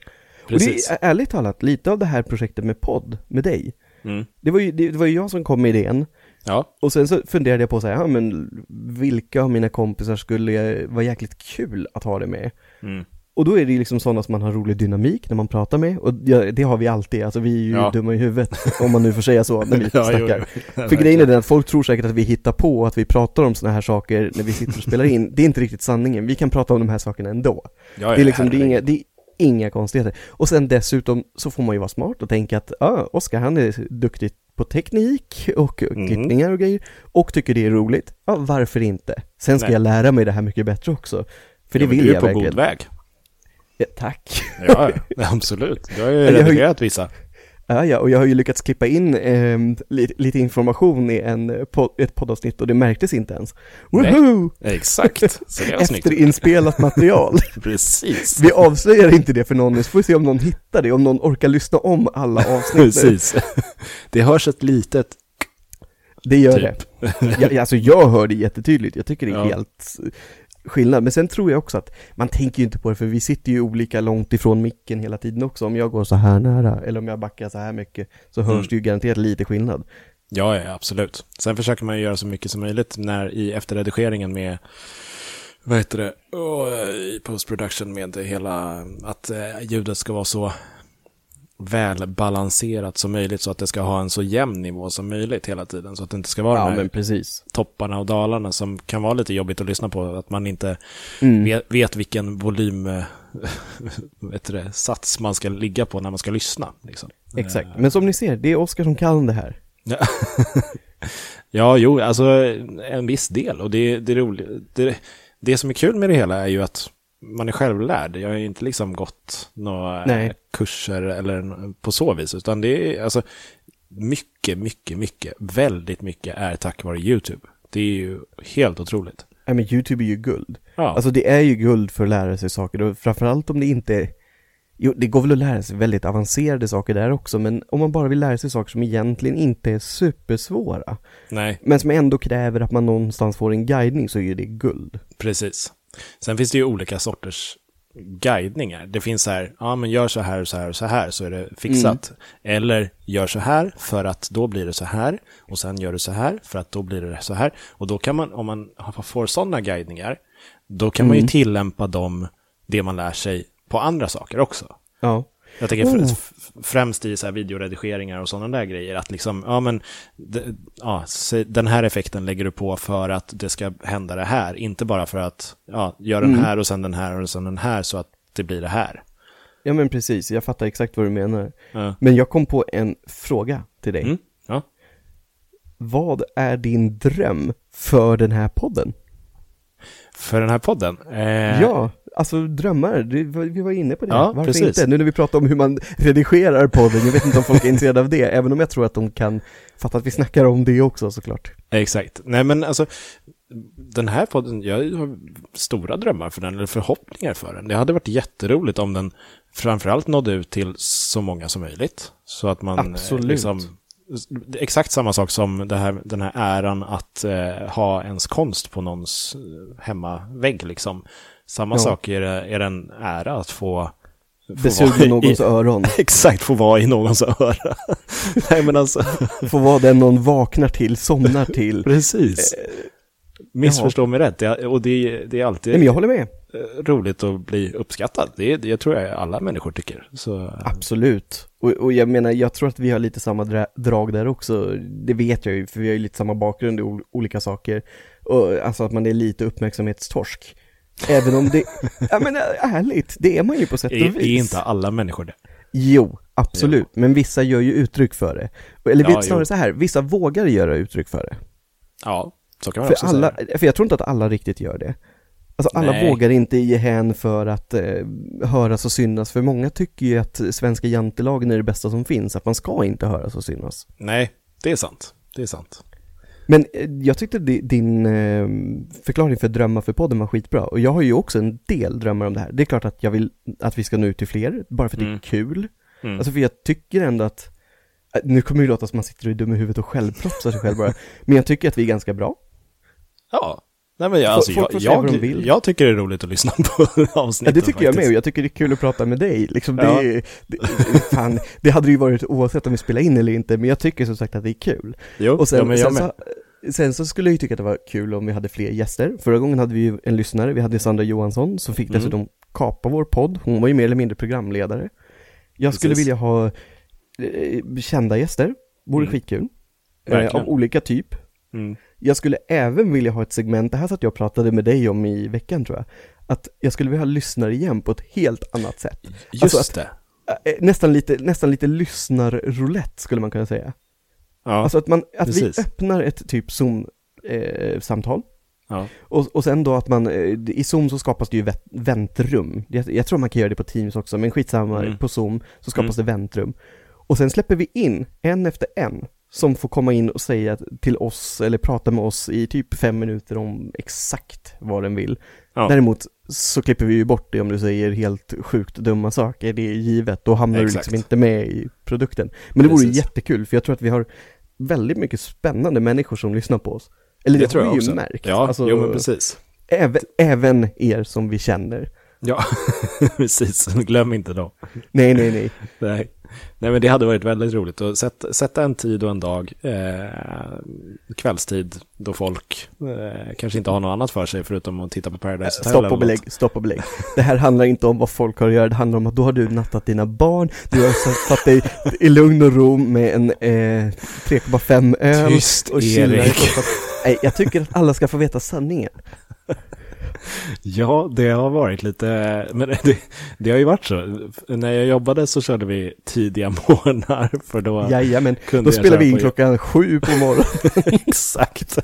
A: precis.
B: Och det är ärligt talat, lite av det här projektet med podd, med dig,
A: Mm.
B: det var ju, det, det var ju jag som kom med idén,
A: Ja,
B: och sen så funderade jag på så här, ja men vilka av mina kompisar skulle vara jäkligt kul att ha det med?
A: mm.
B: Och då är det ju liksom sådana som man har rolig dynamik när man pratar med, och ja, det har vi alltid, alltså vi är ju
A: Ja.
B: dumma i huvudet, om man nu får säga så, när vi
A: Ja, jo,
B: snackar.
A: jo.
B: För grejen är den att folk tror säkert att vi hittar på och att vi pratar om sådana här saker när vi sitter och spelar in, det är inte riktigt sanningen, vi kan prata om de här sakerna ändå.
A: Ja,
B: Det är
A: ja,
B: liksom, det är
A: herregud.
B: inga, det är inga konstigheter. Och sen dessutom så får man ju vara smart och tänka att, ja, Oskar han är duktig på teknik och
A: Mm.
B: klippningar och grejer och tycker det är roligt. Ja, varför inte? Sen ska
A: Nej.
B: jag lära mig det här mycket bättre också. För det
A: Ja, men
B: vill
A: du är
B: jag
A: på
B: verkligen.
A: god väg.
B: Ja, tack.
A: Ja, ja, absolut. Du har ju
B: jag har ju-
A: redigerat vissa.
B: Ja, ja, och jag har ju lyckats klippa in ehm, li, lite information i en, eh, po- ett poddavsnitt och det märktes inte ens.
A: Nej.
B: Woho!
A: Exakt. Så det var snyggt.
B: Efterinspelat material.
A: Precis.
B: Vi avslöjar inte det för någon, så får vi se om någon hittar det, om någon orkar lyssna om alla avsnitt. nu.
A: Precis. Det hörs ett litet
B: Det gör det.
A: typ.
B: jag, jag- alltså jag hör det jättetydligt, jag tycker det är
A: Ja.
B: helt skillnad. Men sen tror jag också att man tänker ju inte på det för vi sitter ju olika långt ifrån micken hela tiden också. Om jag går så här nära eller om jag backar så här mycket så hörs
A: Mm.
B: det ju garanterat lite skillnad.
A: Ja, ja, absolut. Sen försöker man ju göra så mycket som möjligt när, i efterredigeringen med, vad heter det, Åh, i post-production med hela, att eh, ljudet ska vara så välbalanserat som möjligt så att det ska ha en så jämn nivå som möjligt hela tiden. Så att det inte ska vara de här
B: precis.
A: topparna och dalarna som kan vara lite jobbigt att lyssna på. Att man inte
B: Mm.
A: vet, vet vilken volym eh, vet du det, sats man ska ligga på när man ska lyssna. Liksom.
B: Exakt, men som ni ser, det är Oskar som kan det här.
A: Ja, jo, alltså en viss del. Och det, det, är roligt. Det, det som är kul med det hela är ju att man är självlärd. Jag har ju inte liksom gått några
B: Nej.
A: kurser eller n- på så vis, utan det är alltså mycket, mycket, mycket, väldigt mycket är tack vare YouTube. Det är ju helt otroligt.
B: Nej men YouTube är ju guld.
A: Ja,
B: Alltså det är ju guld för att lära sig saker och framförallt om det inte Jo, det går väl att lära sig väldigt avancerade saker där också, men om man bara vill lära sig saker som egentligen inte är supersvåra,
A: nej,
B: men som ändå kräver att man någonstans får en guidning så är ju det guld.
A: precis. Sen finns det ju olika sorters guidningar. Det finns så här, ja men gör så här och så här och så här så är det fixat. Eller gör så här för att då blir det så här. Och sen gör du så här för att då blir det så här. Och då kan man, om man har- får sådana guidningar, då kan man ju tillämpa dem, det man lär sig på andra saker också.
B: Ja.
A: Jag tänker fr-
B: Oh.
A: f- främst i så här videoredigeringar och sådana där grejer, att liksom, ja men, d- ja, se- den här effekten lägger du på för att det ska hända det här, inte bara för att, ja, gör
B: Mm.
A: den här och sen den här och sen den här så att det blir det här.
B: Ja men precis, jag fattar exakt vad du menar.
A: Ja.
B: Men jag kom på en fråga till dig.
A: Mm? Ja.
B: Vad är din dröm för den här podden?
A: För den här podden. Eh,
B: Ja, alltså drömmar, du, vi var inne på det.
A: Ja,
B: Varför
A: precis.
B: inte? Nu när vi pratar om hur man redigerar podden, jag vet inte om folk är intresserade av det, även om jag tror att de kan fatta att vi snackar om det också såklart.
A: Exakt. Nej men alltså, den här podden, jag har stora drömmar för den, eller förhoppningar för den. Det hade varit jätteroligt om den framförallt nådde ut till så många som möjligt. Så att man eh,
B: Absolut.
A: det är exakt samma sak som det här, den här äran att eh, ha ens konst på någons eh, hemmavägg liksom. Samma
B: Ja.
A: sak är, det- är det en ära att få... få vara
B: Besugna
A: i-
B: någons öron,
A: Exakt, få vara i någons öra. Nej men alltså,
B: få vara den någon vaknar till, somnar till.
A: precis. Eh, Missförstå mig rätt, det, och det, det är alltid
B: Nej men jag håller med,
A: eh, roligt att bli uppskattad. Det, det jag tror jag alla människor tycker. Så,
B: absolut. Och, och jag menar, jag tror att vi har lite samma dra- drag där också, det vet jag ju, för vi har ju lite samma bakgrund i ol- olika saker. Och, alltså att man är lite uppmärksamhetstorsk. Även om det, ja men äh, ärligt, det är man ju på sätt och
A: är,
B: vis.
A: är inte alla människor det?
B: Jo, absolut. Men vissa gör ju uttryck för det. Eller
A: Ja,
B: snarare
A: jo.
B: så här, vissa vågar göra uttryck för det.
A: Ja, så kan man också
B: För, alla,
A: säga.
B: för jag tror inte att alla riktigt gör det. Alltså alla
A: Nej.
B: vågar inte ge hän för att eh, höras och synas, för många tycker ju att svenska jantelagen är det bästa som finns, att man ska inte höras och synas.
A: Nej, det är sant. Det är sant.
B: Men eh, jag tyckte di- din eh, förklaring för drömmar för podden var skitbra, och jag har ju också en del drömmar om det här. Det är klart att jag vill att vi ska nå ut till fler, bara för att det är kul.
A: Mm.
B: Alltså för jag tycker ändå att, äh, nu kommer det låta som att man sitter och är dum i huvudet och självpropsar sig själv bara, men jag tycker att vi är ganska bra.
A: ja. Nej, men jag,
B: Folk-
A: alltså,
B: folk
A: jag,
B: får säga vad de
A: jag,
B: vill.
A: jag tycker det är roligt att lyssna på
B: Ja,
A: avsnitten.
B: det tycker jag med,
A: faktiskt.
B: och jag tycker det är kul att prata med dig. Liksom,
A: Ja.
B: det, det, fan, det hade ju varit oavsett om vi spelar in eller inte, men jag tycker som sagt att det är kul.
A: Jo,
B: Och sen,
A: ja, men jag
B: sen,
A: med.
B: så, sen så skulle jag ju tycka att det var kul om vi hade fler gäster. Förra gången hade vi ju en lyssnare, vi hade Sandra Johansson som fick
A: Mm.
B: dessutom kapa vår podd. Hon var ju mer eller mindre programledare. Jag skulle
A: Precis.
B: vilja ha eh, kända gäster, vore
A: Mm.
B: skitkul. Eh,
A: Verkligen.
B: av olika typ.
A: Mm.
B: Jag skulle även vilja ha ett segment, det här satt jag och pratade med dig om i veckan tror jag, att jag skulle vilja ha lyssnare igen på ett helt annat sätt.
A: Just
B: att-
A: det.
B: Äh, eh, Nästan lite, nästan lite lyssnarroulette skulle man kunna säga.
A: Ja,
B: Alltså att, man, att vi
A: precis.
B: öppnar ett typ eh, Zoom-samtal
A: ja.
B: och, och sen då att man, eh, i Zoom så skapas det ju vet- väntrum. Jag, jag tror man kan göra det på Teams också, men skitsamma,
A: Mm.
B: på Zoom så skapas det väntrum. Och sen släpper vi in en efter en som får komma in och säga till oss, eller prata med oss i typ fem minuter om exakt vad den vill.
A: Ja.
B: Däremot så klipper vi ju bort det om du säger helt sjukt dumma saker, det är givet, då hamnar du
A: Exakt.
B: liksom inte med i produkten. Men det vore ju
A: Precis.
B: jättekul, för jag tror att vi har väldigt mycket spännande människor som lyssnar på oss. Eller det,
A: tror
B: har
A: jag
B: vi
A: också.
B: ju märkt.
A: Ja,
B: Alltså,
A: jo men precis.
B: Även, även er som vi känner.
A: Ja, precis. Glöm inte dem.
B: Nej, nej, nej.
A: Nej. Nej, men det hade varit väldigt roligt att sätta, sätta en tid och en dag, eh, kvällstid, då folk eh, kanske inte har något annat för sig förutom att titta på Paradise Hotel.
B: Stopp
A: eller
B: och
A: något.
B: belägg, stopp och belägg. Det här handlar inte om vad folk har att göra, det handlar om att då har du nattat dina barn, du har s- satt dig i lugn och ro med en eh, 3,5 öl
A: Tyst,
B: och chillar i
A: Erik.
B: soffan. Nej, jag tycker att alla ska få veta sanningen.
A: Ja, det har varit lite, men det, det har ju varit så. När jag jobbade så körde vi tidiga morgnar för då
B: Jajamän,
A: kunde
B: då
A: jag
B: spelar
A: köra
B: vi in
A: på jobb-
B: klockan sju på morgonen.
A: Exakt,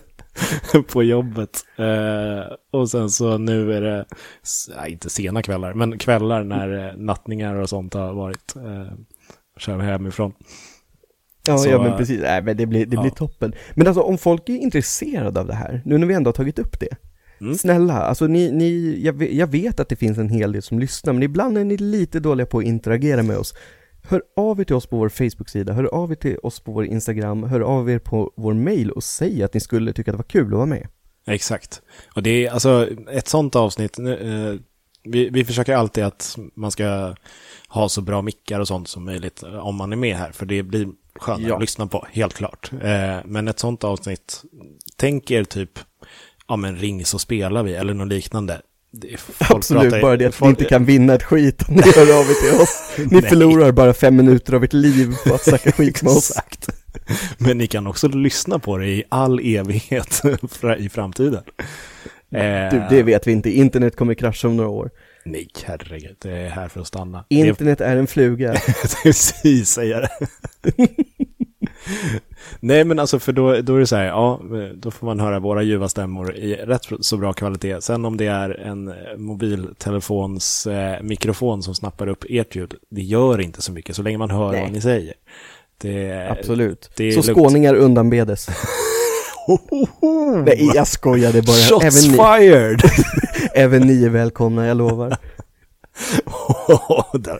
A: på jobbet. Eh, och sen så nu är det, s- ja, inte sena kvällar, men kvällar när eh, nattningar och sånt har varit. Eh, kör vi hemifrån.
B: Ja,
A: Så,
B: ja men
A: eh,
B: precis, Nej, men det blir, det
A: ja.
B: blir toppen. Men alltså om folk är intresserade av det här, nu när vi ändå har tagit upp det,
A: Mm.
B: snälla, alltså ni, ni jag, ve- jag vet att det finns en hel del som lyssnar, men ibland är ni lite dåliga på att interagera med oss. Hör av er till oss på vår Facebook-sida, hör av er till oss på vår Instagram, hör av er på vår mail och säg att ni skulle tycka att det var kul att vara med.
A: Exakt. Och det är alltså ett sånt avsnitt. nu, Eh, vi, vi försöker alltid att man ska ha så bra mickar och sånt som möjligt eh, om man är med här. För det blir skönare
B: Ja.
A: att lyssna på, helt klart. Eh, men ett sånt avsnitt, tänk er typ, ja men ring så spelar vi eller något liknande. Det, folk
B: Absolut,
A: pratar-
B: bara det att ni
A: folk-
B: inte kan vinna ett skit om ni hör av er till oss. Ni
A: Nej.
B: förlorar bara fem minuter av ert liv på att snacka skit med oss.
A: Exakt. Men ni kan också lyssna på det i all evighet fra- i framtiden. Eh,
B: Du, det vet vi inte. Internet kommer krascha om några år.
A: Nej, herregud, det är här för att stanna. Det är
B: Internet är en fluga.
A: Precis, säger jag det. Nej, men alltså för då, då är det så här, ja, då får man höra våra ljuva stämmor i rätt så bra kvalitet. Sen om det är en eh, mobiltelefons eh, mikrofon som snappar upp ert ljud, det gör inte så mycket så länge man hör
B: Nej.
A: vad ni säger. Det,
B: Absolut.
A: det är
B: Så
A: lugnt.
B: skåningar undanbedes. Nej, jag skojade bara.
A: Oh, Shots
B: Även ni,
A: fired!
B: även ni är välkomna, jag lovar.
A: den,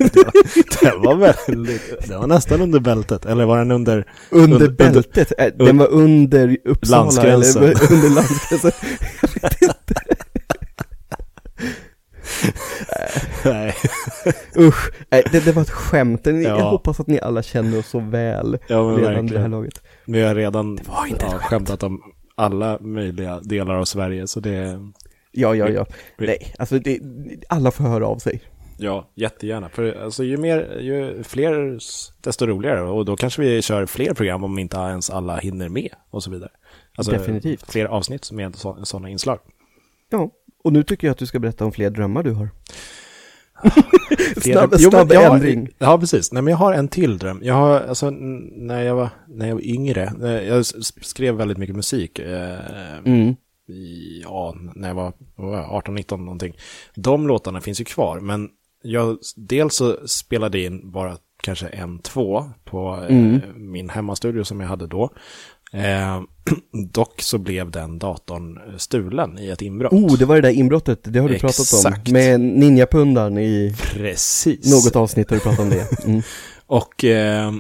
A: den var väldigt, den var nästan under bältet, eller var den under
B: Under
A: Under-
B: bältet. Äh, Den var under Uppsala.
A: Landsgränsen.
B: Eller under landsgränsen.
A: Nej.
B: Usch. Nej, det, det var ett skämt. Ni- Jag
A: Ja.
B: hoppas att ni alla känner oss så väl
A: Ja, men
B: redan vid det här
A: verkligen.
B: laget.
A: Vi har redan
B: var inte
A: ja, skämtat om alla möjliga delar av Sverige, så det...
B: Ja, ja, ja.
A: Vi-
B: Nej, alltså det, alla får höra av sig.
A: Ja, jättegärna. För alltså, ju, mer, ju fler, s- desto roligare. Och då kanske vi kör fler program om inte ens alla hinner med och så vidare. Alltså,
B: Definitivt.
A: Fler avsnitt med sådana inslag.
B: Ja, och nu tycker jag att du ska berätta om fler drömmar du har.
A: Fler-
B: snabb
A: Jo, men
B: snabb
A: jag har-
B: ändring.
A: Ja, precis. Nej, men jag har en till dröm. Jag har, alltså, n- när jag var, när jag var yngre, eh, jag s- skrev väldigt mycket musik. Eh,
B: Mm.
A: i- ja, när jag var 18-19 någonting. De låtarna finns ju kvar, men jag, dels så spelade jag in bara kanske en, två på eh,
B: Mm.
A: min hemmastudio som jag hade då. Eh, dock så blev den datorn stulen i ett inbrott.
B: Oh, det var det där inbrottet, det har du pratat
A: Exakt.
B: om. Med ninjapundan i
A: Precis.
B: något avsnitt har du pratat om det. Mm.
A: Och, eh,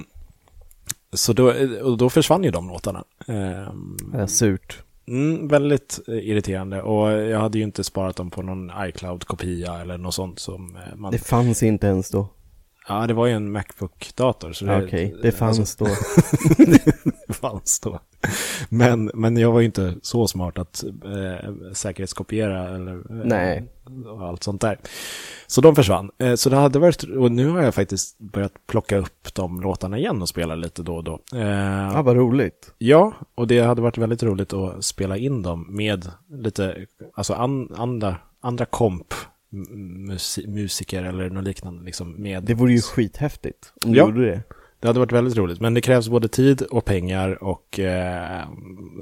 A: så då, och då försvann ju de låtarna. Ehm,
B: Äh, surt.
A: Mm, väldigt eh, irriterande och jag hade ju inte sparat dem på någon iCloud-kopia eller något sånt som eh, man...
B: Det fanns inte ens då.
A: Ja, det var ju en Macbook-dator. så
B: Okej, det fanns
A: Alltså,
B: då.
A: det fanns då. Men, men jag var ju inte så smart att eh, säkerhetskopiera eller eh,
B: Nej.
A: och allt sånt där. Så de försvann. Eh, så det hade varit, och nu har jag faktiskt börjat plocka upp de låtarna igen och spela lite då och då. Eh,
B: Ja, vad roligt.
A: Ja, och det hade varit väldigt roligt att spela in dem med lite, alltså an, andra, andra komp m- musi- musiker eller något liknande. Liksom med.
B: Det vore ju skithäftigt om du
A: Ja.
B: gjorde det.
A: det hade varit väldigt roligt, men det krävs både tid och pengar och eh,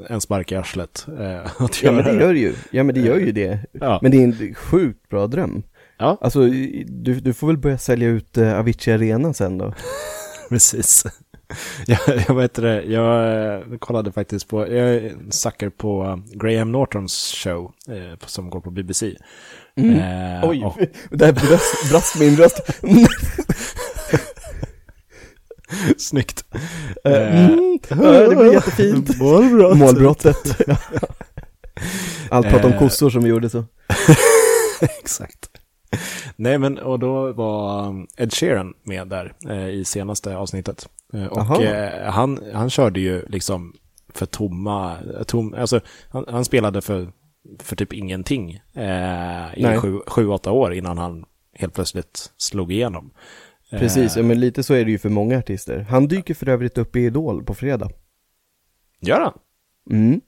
A: en spark i arslet. Eh, att
B: Ja
A: göra
B: men det gör ju, ja men det gör ju det.
A: Ja.
B: Men det är en sjukt bra dröm.
A: Ja.
B: Alltså, i- du, du får väl börja sälja ut eh, Avicii Arena sen då.
A: Precis. Jag, jag, vet inte det, jag eh, kollade faktiskt på, jag är en sucker på eh, Graham Nortons show eh, som går på BBC. Eh,
B: Mm. Oj,
A: och-
B: där brast, brast min röst.
A: snyggt.
B: Mm, ja, det blir jättefint.
A: Målbrott.
B: Målbrottet. Allt prat om
A: Eh.
B: kossor som vi gjorde så.
A: Exakt. Nej, men och då var um, Ed Sheeran med där eh, i senaste avsnittet. Eh,
B: Aha.
A: och eh, han, han körde ju liksom för tomma, tom, alltså han, han spelade för, för typ ingenting eh, i
B: Nej.
A: sju, sju, åtta år innan han helt plötsligt slog igenom. Eh,
B: Precis, ja, men lite så är det ju för många artister. Han dyker för övrigt upp i Idol på fredag.
A: Gör han?
B: Mm.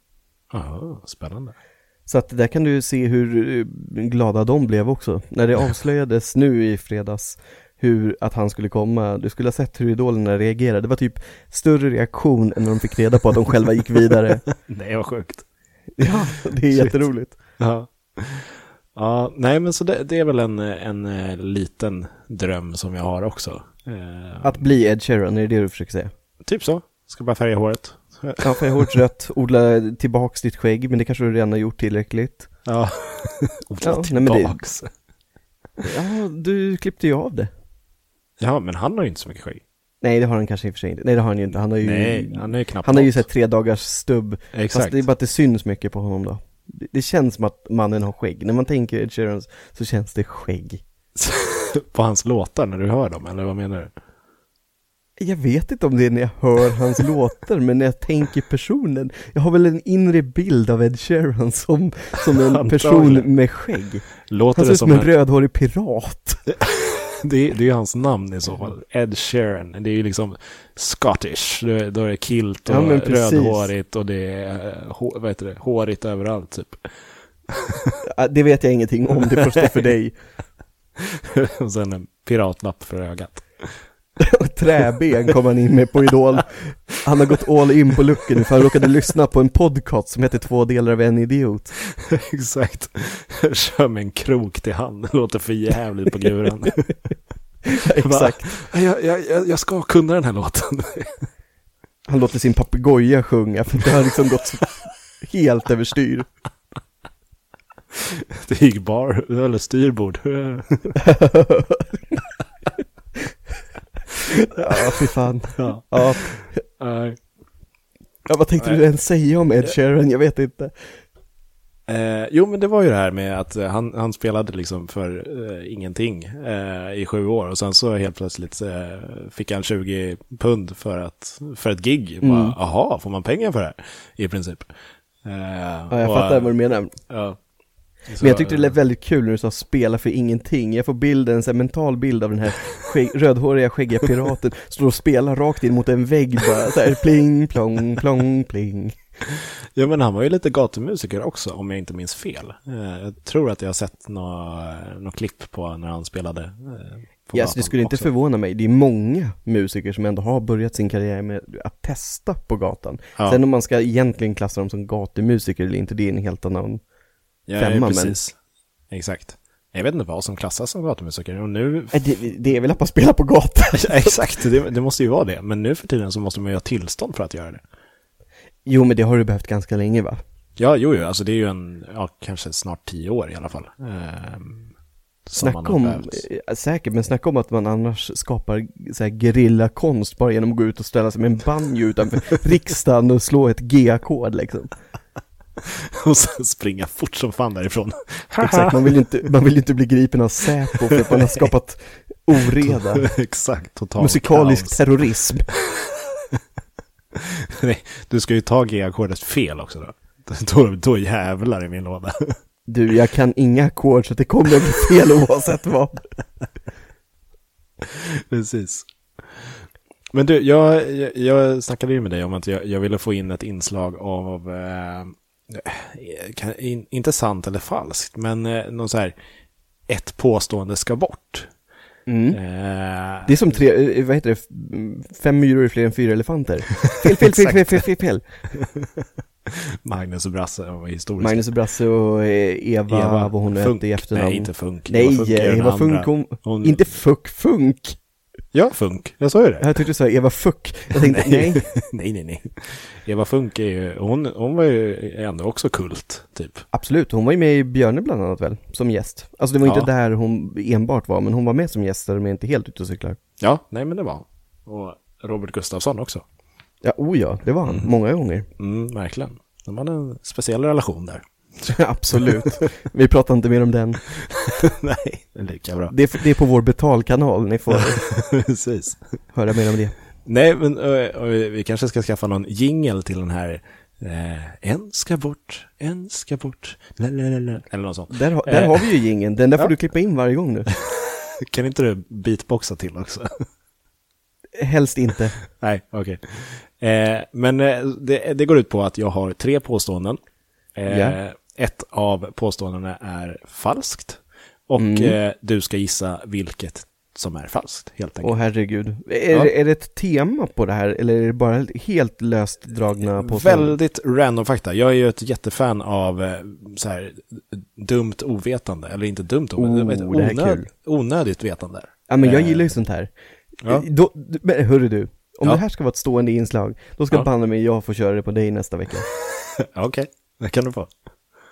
A: Jaha, spännande.
B: Så att där kan du se hur eh, glada de blev också. När det avslöjades nu i fredags hur att han skulle komma, du skulle ha sett hur idolerna reagerade. Det var typ större reaktion än när de fick reda på att de själva gick vidare.
A: Det var sjukt.
B: Ja, det är
A: Shit.
B: jätteroligt.
A: Ja. ja, nej men så det, det är väl en, en eh, liten dröm som jag har också. Eh,
B: Att bli Ed Sheeran, är det det du försöker säga?
A: Typ så. Ska bara färga håret.
B: Ja, färga hårt rött, odla tillbaks ditt skägg, men det kanske du redan har gjort tillräckligt.
A: Ja,
B: Ja,
A: ja
B: nej, men det-
A: tillbaks.
B: Ja, du klippte ju av det.
A: Ja, men han har ju inte så mycket skägg.
B: Nej, det har han kanske i och för sig inte. Nej, det har han ju inte. Han har ju,
A: Nej, han är ju knappt
B: han har ju
A: något.
B: sett tre dagars stubb.
A: Exakt.
B: Fast det är bara att det syns mycket på honom då. Det, det känns som att mannen har skägg. När man tänker Ed Sheeran så känns det skägg.
A: På hans låtar när du hör dem, eller vad menar du?
B: Jag vet inte om det är när jag hör hans låtar, men när jag tänker personen. Jag har väl en inre bild av Ed Sheeran som, som en person
A: Antagligen.
B: med skägg.
A: Låter
B: Han ser
A: det
B: ut
A: som
B: som en
A: en...
B: rödhårig pirat.
A: Det, är- det är ju hans namn i så fall. Ed Sheeran. Det är ju liksom Scottish. Då är- Då är det kilt och
B: Ja, men precis.
A: rödhårigt och det är eh, hår, vad heter det? hårigt överallt typ.
B: Ja, Det vet jag ingenting om, det får stå för dig.
A: och sen en piratlapp för ögat.
B: Och träben kom han in med på Idol. Han har gått all in på looken nu, för han råkade lyssna på en podcast som heter Två delar av en idiot.
A: Exakt. Kör med en krok till hand. Låter för jävligt på guran.
B: Exakt.
A: jag, jag, jag jag ska kunna den här låten.
B: Han låter sin papegoja sjunga, för det har liksom gått så helt överstyr.
A: Det gick bar, eller styrbord.
B: Ja, fy fan.
A: ja.
B: Ja.
A: nej.
B: ja, vad tänkte du ens säga om Ed Sheeran? Jag vet inte.
A: Eh, jo, men det var ju det här med att eh, han, han spelade liksom för eh, ingenting eh, i sju år och sen så helt plötsligt eh, fick han 20 pund för, att, för ett gig.
B: Mm.
A: Bara, Aha, får man pengar för det här? I princip. Eh,
B: Ja, jag
A: och,
B: fattar
A: eh,
B: vad du menar.
A: Ja. Så,
B: Men jag tyckte det lät väldigt kul när du sa spela för ingenting. Jag får bilden, så här, mental bild av den här skägg, rödhåriga skäggiga piraten, står och spelar rakt in mot en vägg bara, så här, pling, plong, plong, pling.
A: Ja, men han var ju lite gatumusiker också, om jag inte minns fel. Eh, jag tror att jag har sett några nå klipp på när han spelade. Eh, på
B: Ja, så det
A: gatan
B: skulle inte
A: också.
B: förvåna mig. Det är många musiker som ändå har börjat sin karriär med att testa på gatan.
A: Ja.
B: Sen om man ska egentligen klassa dem som gatumusiker eller inte, det är en helt annan...
A: Ja,
B: femma, men-
A: precis. Exakt. Jag vet inte vad som klassas som gatumusiker. Och nu...
B: Nej, Äh, Det, det är väl att man spelar på gatan?
A: Exakt, det, det måste ju vara det. Men nu för tiden så måste man ju ha tillstånd för att göra det.
B: Jo, men det har du behövt ganska länge va?
A: Ja, jo, jo, alltså det är ju en, ja, kanske snart tio år i alla fall. Ehm, som man
B: Snacka
A: har
B: om,
A: behövt.
B: eh, säkert, men snacka om att man annars skapar så här gerillakonst bara genom att gå ut och ställa sig med en banjo utanför riksdagen och slå ett GA-kod liksom.
A: Och sen springa fort som fan därifrån.
B: Exakt, man vill ju inte, man vill ju inte bli gripen av Säpo för att man har skapat oreda.
A: Exakt, total
B: Musikalisk
A: kaos.
B: terrorism.
A: Nej, du ska ju ta G-ackordet fel också då. Då, då jävlar i min låda.
B: Du, jag kan inga ackord så det kommer att bli fel oavsett vad.
A: Precis. Men du, jag, jag, jag snackade ju med dig om att jag, jag ville få in ett inslag av, eh, eh, kan, in, inte sant eller falskt, men eh, någon så här, ett påstående ska bort.
B: Mm.
A: Eh,
B: Det är som tre, eh, vad heter det, Mm, fem myror är fler än fyra elefanter. Fel, fel, fel, fel, fel, fel, fel.
A: Magnus och Brasse var historiskt.
B: Magnus och Brasse och eh, Eva, vad hon nu
A: Funk.
B: hette i efternamn.
A: Nej, inte Funk.
B: Nej, eh,
A: är den
B: Eva Funk,
A: andra.
B: hon,
A: Hon-
B: inte Fuck Funk!
A: Ja, Funk. Jag sa ju det.
B: Jag tyckte du sa Eva Fuck, jag tänkte nej.
A: nej, nej, nej. Eva Funk är ju, hon, hon var ju ändå också kult, typ.
B: Absolut, hon var ju med i Björne bland annat väl, som gäst. Alltså det var
A: Ja.
B: inte där hon enbart var, men hon var med som gäst där de är inte helt ute och cyklar.
A: Ja, nej men det var hon. Och Robert Gustafsson också.
B: Ja, oh ja, det var han, många gånger.
A: Mm, verkligen. De hade en speciell relation där.
B: Absolut. Vi pratar inte mer om den.
A: nej, det är lika bra.
B: Det är, det är på vår betalkanal, ni får
A: Precis.
B: höra mer om det.
A: Nej, men ö, ö, vi kanske ska skaffa någon jingle till den här eh, En ska bort, en ska bort, la, la, la, la, eller något sånt.
B: Där, ha, där
A: Eh.
B: har vi ju gingen. den där får
A: Ja.
B: du klippa in varje gång nu.
A: Eh, Kan inte du beatboxa till också?
B: Helst inte.
A: Nej, okej. Eh, men eh, det, det går ut på att jag har tre påståenden. Eh,
B: Ja.
A: ett av påståendena är falskt och
B: Mm.
A: eh, du ska gissa vilket som är falskt helt enkelt.
B: Åh herregud. Är,
A: Ja.
B: är det ett tema på det här eller är det bara helt löst
A: Eh,
B: dragna påståenden?
A: Väldigt random fakta. Jag är ju ett jättefan av eh, så här dumt ovetande, eller inte dumt ovetande,
B: Oh,
A: men
B: det här är
A: onöd,
B: kul.
A: onödigt vetande.
B: Ja men jag
A: eh,
B: gillar ju sånt här.
A: Ja.
B: Då, men hörru du, om
A: Ja.
B: det här ska vara ett stående inslag, då ska
A: Ja.
B: banne mig jag få köra det på dig nästa vecka.
A: Okej, det kan du få.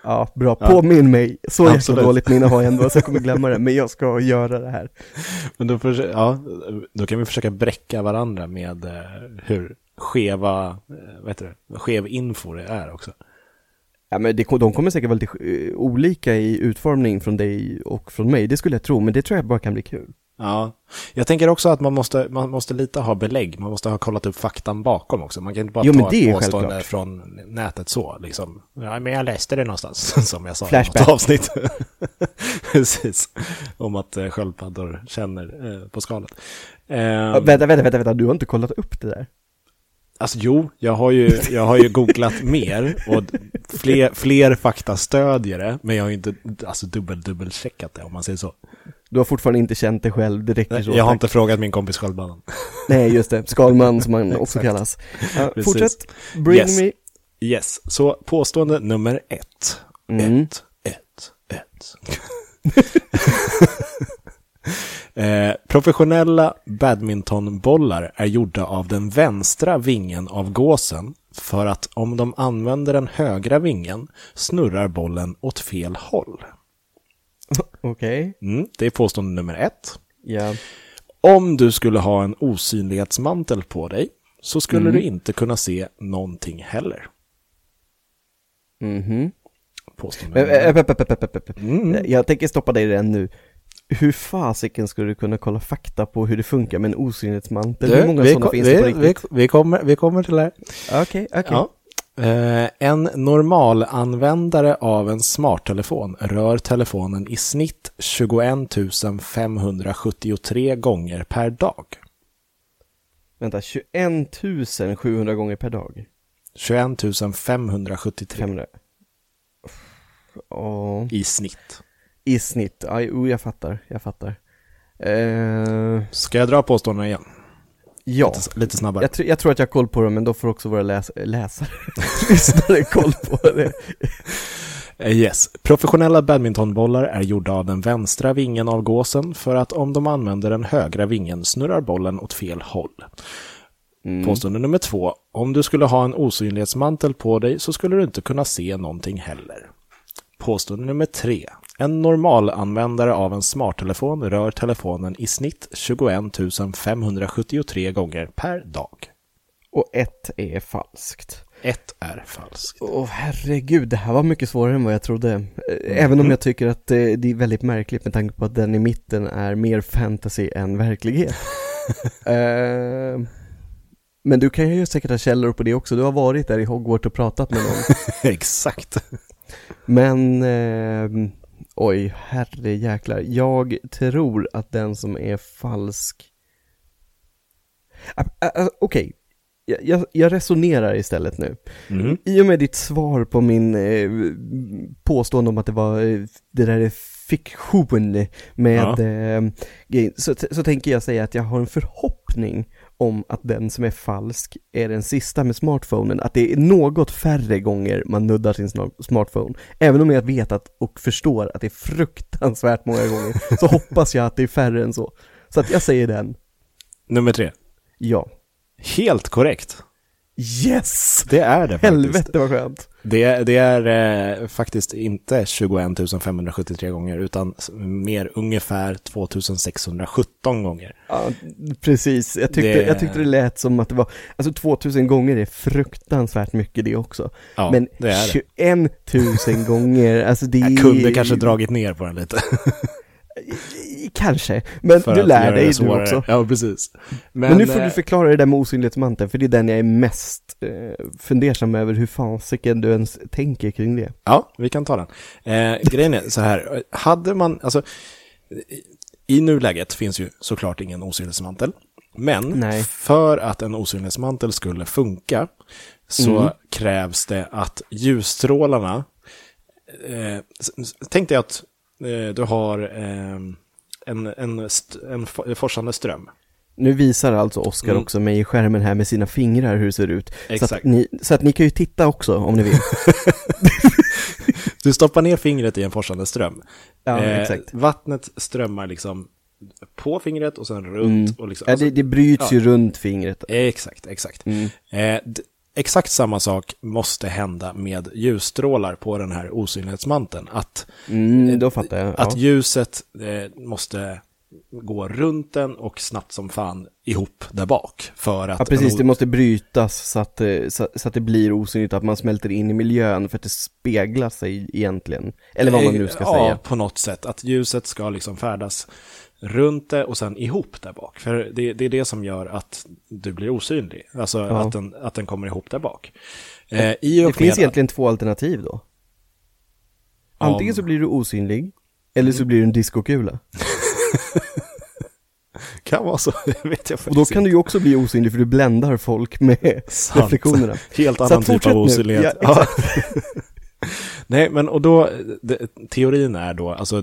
B: Ja, bra.
A: Ja.
B: Påminn mig. Så jäkla
A: Absolut.
B: dåligt minne har jag ändå, så jag kommer glömma det. Men jag ska göra det här.
A: Men då, förs- ja, då kan vi försöka bräcka varandra med eh, hur skeva, eh, vad heter det, skev info det är också.
B: Ja, men det, de kommer säkert vara lite eh, olika i utformning från dig och från mig, det skulle jag tro, men det tror jag bara kan bli kul.
A: Ja, jag tänker också att man måste, man måste lite ha belägg, man måste ha kollat upp faktan bakom också. Man kan inte bara
B: Jo, men
A: ta
B: det är
A: ett påstående
B: självklart.
A: från nätet så, liksom. Ja, men jag läste det någonstans, som jag sa i
B: Flashback.
A: något avsnitt. Precis, om att eh, sköldpaddor känner eh, på skalet. Ehm,
B: Ja, vänta, vänta, vänta, vänta, du har inte kollat upp det där?
A: Alltså jo, jag har ju, jag har ju googlat mer och fler, fler fakta stödjer det, men jag har ju inte alltså, dubbel-dubbelcheckat det om man säger så.
B: Du har fortfarande inte känt dig själv, det räcker
A: Nej,
B: så.
A: jag har
B: tack.
A: inte frågat min kompis sköldpaddan.
B: Nej, just det, skalman som man också
A: Exakt.
B: kallas. Ja,
A: Precis.
B: fortsätt, bring
A: Yes.
B: me.
A: Yes, så påstående nummer ett.
B: Mm.
A: Ett, ett, ett. eh, professionella badmintonbollar är gjorda av den vänstra vingen av gåsen för att om de använder den högra vingen snurrar bollen åt fel håll.
B: Okej,
A: Mm, det är påstående nummer ett.
B: ja.
A: Om du skulle ha en osynlighetsmantel på dig så skulle
B: Mm.
A: du inte kunna se någonting heller.
B: Mhm.
A: Påstående
B: Men,
A: nummer
B: äh,
A: ett.
B: äh, äh, äh, äh, äh.
A: Mm.
B: Jag tänker stoppa dig redan nu. Hur fasiken skulle du kunna kolla fakta på hur det funkar med en osynlighetsmantel? Hur många
A: Eh, vi
B: sådana
A: ko-
B: finns
A: vi,
B: det på riktigt?
A: Vi, vi, kommer, vi kommer till det här.
B: Okej, okej.
A: Ja. Eh, en normalanvändare av en smarttelefon rör telefonen i snitt 21 573 gånger per dag.
B: Vänta, 21 700 gånger per dag?
A: 21 573
B: 500? Ja,
A: i snitt.
B: i snitt. Aj, oh, jag fattar, jag fattar. Eh,
A: Ska jag dra påståendena igen?
B: ja,
A: Lite, lite snabbare.
B: jag, tr- jag tror att jag har koll på det, men då får också våra läs- läsare, lyssnare koll på det.
A: Eh, Yes. Professionella badmintonbollar är gjorda av den vänstra vingen av gåsen för att om de använder den högra vingen snurrar bollen åt fel håll.
B: Mm.
A: Påstående nummer två. Om du skulle ha en osynlighetsmantel på dig så skulle du inte kunna se någonting heller. Påstående nummer tre. En normalanvändare av en smarttelefon rör telefonen i snitt 21 573 gånger per dag.
B: Och ett är falskt.
A: Ett är falskt.
B: Åh herregud, det här var mycket svårare än vad jag trodde. Eh, Även om jag tycker att eh, det är väldigt märkligt med tanke på att den i mitten är mer fantasy än verklighet. Eh, men du kan ju säkert ha källor på det också, du har varit där i Hogwarts och pratat med någon.
A: Exakt.
B: Men, eh, oj, herre jäklar. Jag tror att den som är falsk... Ah, ah, ah, Okej, jag, jag, jag resonerar istället nu.
A: Mm.
B: I och med ditt svar på min eh, påstående om att det var eh, det där är fiktion med
A: Ja.
B: eh, grejen, så, så tänker jag säga att jag har en förhoppning om att den som är falsk är den sista med smartphonen, att det är något färre gånger man nuddar sin sna- smartphone. Även om jag vet att och förstår att det är fruktansvärt många gånger, så hoppas jag att det är färre än så. Så att jag säger den,
A: Nummer tre.
B: ja.
A: Helt korrekt.
B: Yes!
A: Det är det faktiskt.
B: Helvete vad skönt.
A: Det, det är eh, faktiskt inte 21 573 gånger, utan s- mer ungefär 2617 gånger.
B: Ja, precis. Jag tyckte det...
A: Det-
B: jag tyckte det lät som att det var, alltså 2000 gånger är fruktansvärt mycket det också.
A: Ja,
B: Men
A: det är det.
B: 21 000 gånger, alltså det är...
A: Jag kunde kanske dragit ner på den lite.
B: Kanske, men
A: för
B: du
A: att
B: lär
A: göra
B: dig
A: det
B: du
A: svårare.
B: också.
A: Ja, precis. Men,
B: Men nu får
A: eh,
B: du förklara det där med osynlighetsmanteln, för det är den jag är mest eh, fundersam över hur fasiken du ens tänker kring det.
A: Ja, vi kan ta den. Eh, grejen är så här, hade man, alltså, i i nuläget finns ju såklart ingen osynlighetsmantel. Men
B: Nej.
A: för att en osynlighetsmantel skulle funka så
B: Mm.
A: krävs det att ljusstrålarna eh, s- s- tänk dig att eh, du har eh, en, en, st- en fo- forsande ström.
B: Nu visar alltså Oskar
A: Mm.
B: också mig i skärmen här med sina fingrar hur det ser ut. Så att,
A: Exakt.
B: ni, så att ni kan ju titta också om ni vill.
A: Du stoppar ner fingret i en forsande ström.
B: Ja,
A: Eh,
B: exakt.
A: Vattnet strömmar liksom på fingret och sen runt.
B: Mm.
A: Och liksom,
B: Ja, det, det bryts ju runt fingret.
A: Exakt, exakt.
B: Mm.
A: Eh, d- exakt samma sak måste hända med ljusstrålar på den här osynlighetsmanteln. Att,
B: Mm, då fattar jag.
A: att
B: ja.
A: ljuset eh, måste gå runt den och snabbt som fan ihop där bak. För att
B: ja,
A: en
B: precis.
A: o-
B: Det måste brytas så att, eh, så, så att det blir osynligt, att man smälter in i miljön för att det speglar sig egentligen. Eller vad man nu ska
A: Eh, ja,
B: säga.
A: på något sätt. Att ljuset ska liksom färdas runt det och sen ihop där bak. För det, det är det som gör att du blir osynlig. Alltså
B: Ja.
A: att, den, att den kommer ihop där bak. Eh, i och
B: Det finns
A: med-
B: egentligen två alternativ då. Antingen så blir du osynlig, eller
A: Mm.
B: så blir du en diskokula.
A: Kan vara så, det vet jag
B: Och då
A: faktiskt
B: kan du ju också bli osynlig för du bländar folk med
A: Sant.
B: reflektionerna.
A: Helt
B: Så
A: annan
B: att
A: typ
B: fortsätt
A: av
B: nu.
A: osynlighet.
B: Ja,
A: Nej, men och då, det, teorin är då alltså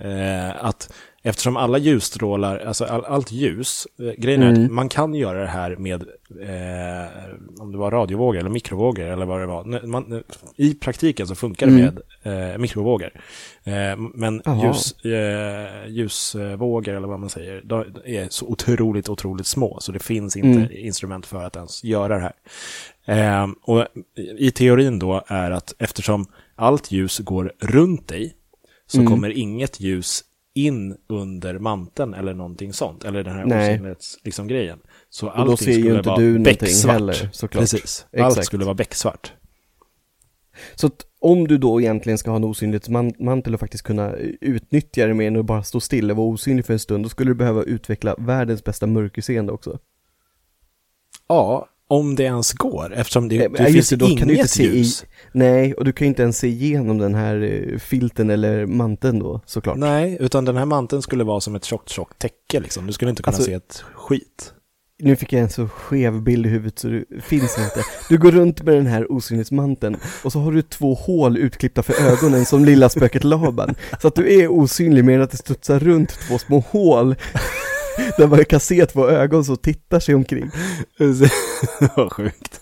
A: eh, att eftersom alla ljusstrålar, alltså all, allt ljus, eh, grejen är att
B: Mm.
A: man kan göra det här med, eh, om det var radiovågor eller mikrovågor eller vad det var. N- Man, I praktiken så funkar det
B: Mm.
A: med eh, mikrovågor. Eh, men
B: Jaha.
A: ljus, eh, ljusvågor eller vad man säger, de är så otroligt, otroligt små. Så det finns inte
B: Mm.
A: instrument för att ens göra det här. Eh, och i teorin då är att eftersom allt ljus går runt dig så
B: Mm.
A: kommer inget ljus in under manteln eller någonting sånt, eller den här
B: Nej.
A: osynlighets liksom, grejen. Så
B: Och då
A: allting
B: ser
A: skulle
B: ju inte
A: vara
B: du någonting
A: becksvart.
B: heller såklart.
A: Precis, allt
B: Exakt.
A: skulle vara becksvart.
B: Så att om du då egentligen ska ha en osynlighetsmantel och faktiskt kunna utnyttja det mer än att bara stå still och vara osynlig för en stund, då skulle du behöva utveckla världens bästa mörkerseende också.
A: Ja, om det ens går, eftersom det,
B: Eh,
A: det
B: ja, just
A: finns
B: det, då kan
A: inget
B: du inte se i-
A: ljus.
B: Nej, och du kan ju inte ens se igenom den här eh, filten eller manteln då, såklart.
A: Nej, utan den här manteln skulle vara som ett tjockt, tjockt täcke liksom. Du skulle inte kunna
B: Alltså-
A: se ett skit.
B: Nu fick jag en så skev bild i huvudet så det finns inte. Du går runt med den här osynlighetsmanteln och så har du två hål utklippta för ögonen som lilla spöket Laban. Så att du är osynlig mer än att det studsar runt två små hål där man kan se två ögon som tittar sig omkring.
A: Vad sjukt.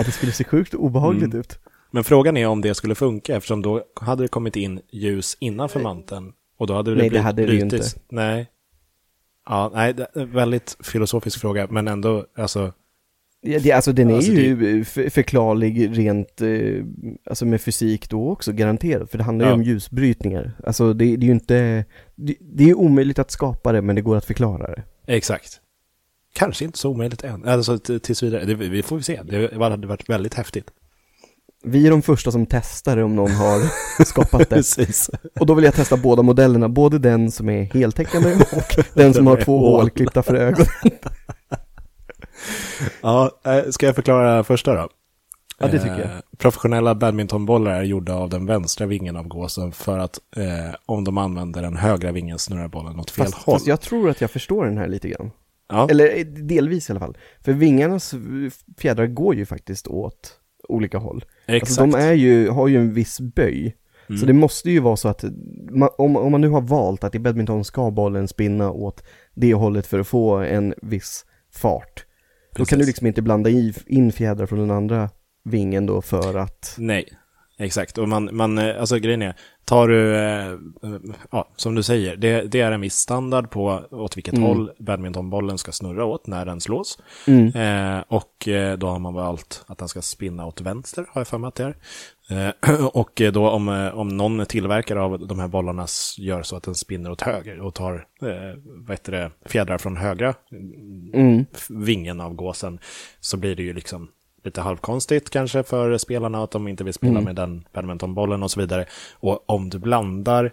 B: Att det skulle se sjukt obehagligt
A: Mm.
B: ut.
A: Men frågan är om det skulle funka, eftersom då hade det kommit in ljus innanför manteln. Och då hade det
B: Nej,
A: bry-
B: det hade det ju inte.
A: brutits. Nej. Ja, nej, det är en väldigt filosofisk fråga, men ändå, alltså,
B: Ja, det, alltså den är
A: Alltså,
B: ju f- förklarlig rent, eh, alltså med fysik då också garanterat, för det handlar
A: Ja.
B: ju om ljusbrytningar. Alltså det, det är ju inte, det, det är omöjligt att skapa det men det går att förklara det.
A: exakt. Kanske inte så omöjligt än, alltså t- tills vidare, det, vi får se, det hade varit väldigt häftigt.
B: Vi är de första som testar om någon har skapat det.
A: Precis.
B: Och då vill jag testa båda modellerna, både den som är heltäckande och den som har två hål klippta för ögonen.
A: Ja, eh, ska jag förklara första då?
B: Ja, det tycker
A: Eh, Professionella badmintonbollar är gjorda av den vänstra vingen av gåsen för att eh, om de använder den högra vingen snurrar bollen åt fel
B: Fast,
A: håll.
B: fast jag tror att jag förstår den här lite grann.
A: ja.
B: Eller eh, delvis i alla fall. För vingarnas fjädrar går ju faktiskt åt olika håll. Alltså de är ju, har ju en viss böj. Så
A: Mm.
B: det måste ju vara så att, ma- om, om man nu har valt att i badminton ska bollen spinna åt det hållet för att få en viss fart. Då kan du
A: Precis.
B: liksom inte blanda i, in fjädrar från den andra vingen då för att,
A: Nej, exakt. Och man, man, eh, alltså grejen är, tar du, eh, eh, ja, som du säger, det, det är en viss standard på åt vilket
B: Mm.
A: håll badmintonbollen ska snurra åt när den slås.
B: mm,
A: Eh, och eh, då har man valt att den ska spinna åt vänster, har jag för mig att det är. Eh, och eh, då om, eh, om någon tillverkare av de här bollarna s- gör så att den spinner åt höger och tar eh, vad heter det, fjädrar från högra
B: mm,
A: f- vingen av gåsen så blir det ju liksom lite halvkonstigt kanske för spelarna att de inte vill spela
B: Mm.
A: med den badmintonbollen och så vidare. Och om du blandar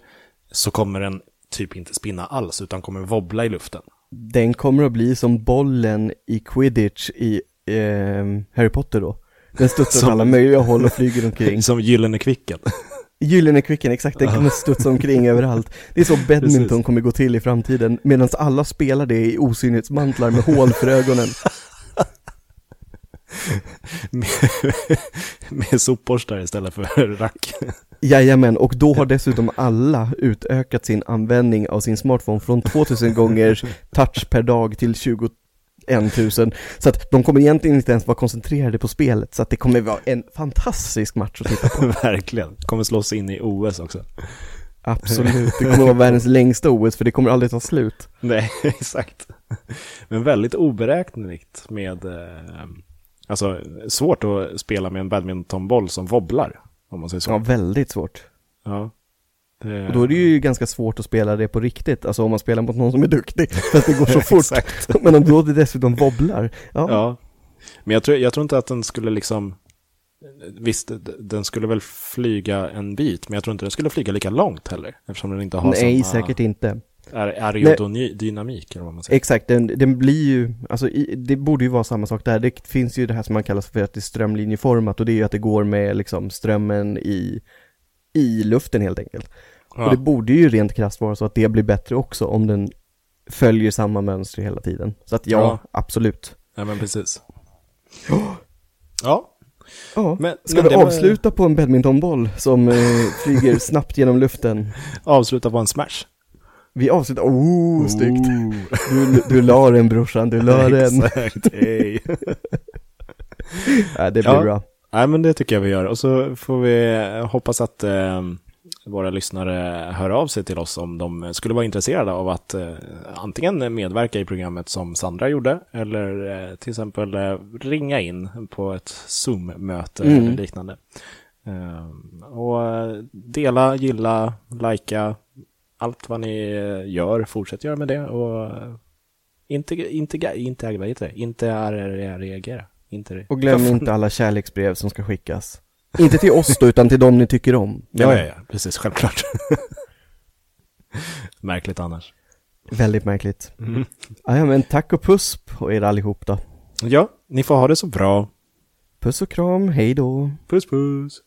A: så kommer den typ inte spinna alls utan kommer wobbla i luften.
B: den kommer att bli som bollen i quidditch i ehm, Harry Potter då. Den studsar
A: Som-
B: åt alla möjliga håll och flyger omkring.
A: Som liksom Gyllene Kvicken.
B: Gyllene Quicken, exakt, den kommer studsa omkring överallt. Det är så badminton
A: Precis.
B: kommer gå till i framtiden, medan alla spelar det i osynlighetsmantlar med hål för ögonen.
A: med, med sopborstar istället för rack.
B: Jajamän, och då har dessutom alla utökat sin användning av sin smartphone från 2000 gånger touch per dag till 21 000. Så att de kommer egentligen inte ens vara koncentrerade på spelet, så att det kommer vara en fantastisk match att titta på.
A: Verkligen. Kommer slås in i OS också.
B: Absolut, det kommer vara världens längsta OS, för det kommer aldrig ta slut.
A: Nej, exakt. Men väldigt oberäkneligt med... Eh, alltså, svårt att spela med en badmintonboll som wobblar, om man säger så.
B: Ja, väldigt svårt.
A: Ja. Det-
B: Och då är det
A: Eh.
B: ju ganska svårt att spela det på riktigt, alltså om man spelar mot någon som är duktig, för att det går så fort.
A: Exakt.
B: Men om då det dessutom wobblar, ja.
A: Ja. Men jag tror, jag tror inte att den skulle liksom... Visst, d- den skulle väl flyga en bit, men jag tror inte den skulle flyga lika långt heller. Eftersom den inte har
B: Nej,
A: samma
B: säkert inte.
A: aer- aerodynamik, eller vad man säger.
B: Exakt, den, den blir ju, alltså i, det borde ju vara samma sak där. Det finns ju det här som man kallar för att det är strömlinjeformat och det är ju att det går med liksom strömmen i, i luften helt enkelt. Och det
A: Ja,
B: borde ju rent krasst vara så att det blir bättre också om den följer samma mönster hela tiden. Så att ja,
A: Ja.
B: absolut.
A: ja, men precis. Ja,
B: Ja,
A: Men-
B: ska
A: men
B: vi
A: det var-
B: avsluta på en badmintonboll som eh, flyger snabbt genom luften?
A: avsluta på en smash.
B: Vi avslutar, oh, snyggt.
A: Ooh.
B: Du, du la den brorsan, du la den.
A: Exakt, hej.
B: Ja, Äh, det blir
A: Ja.
B: bra.
A: Nej, men det tycker jag vi gör. Och så får vi hoppas att eh, våra lyssnare hör av sig till oss om de skulle vara intresserade av att eh, antingen medverka i programmet som Sandra gjorde, eller eh, till exempel eh, ringa in på ett Zoom-möte
B: Mm.
A: eller liknande. Eh, och eh, dela, gilla, lajka, allt vad ni eh, gör, fortsätt göra med det. Och eh, inte, inte, inte, inte, vad heter det? inte är- reagera. Inte,
B: Och glöm inte alla kärleksbrev som ska skickas. Inte till oss då, utan till dem ni tycker om.
A: Ja, ja, ja, precis, självklart. Märkligt annars.
B: Väldigt märkligt. Ja, ja, men tack och puss på er allihop då.
A: Ja, ni får ha det så bra.
B: Puss och kram, hej då.
A: Puss, puss.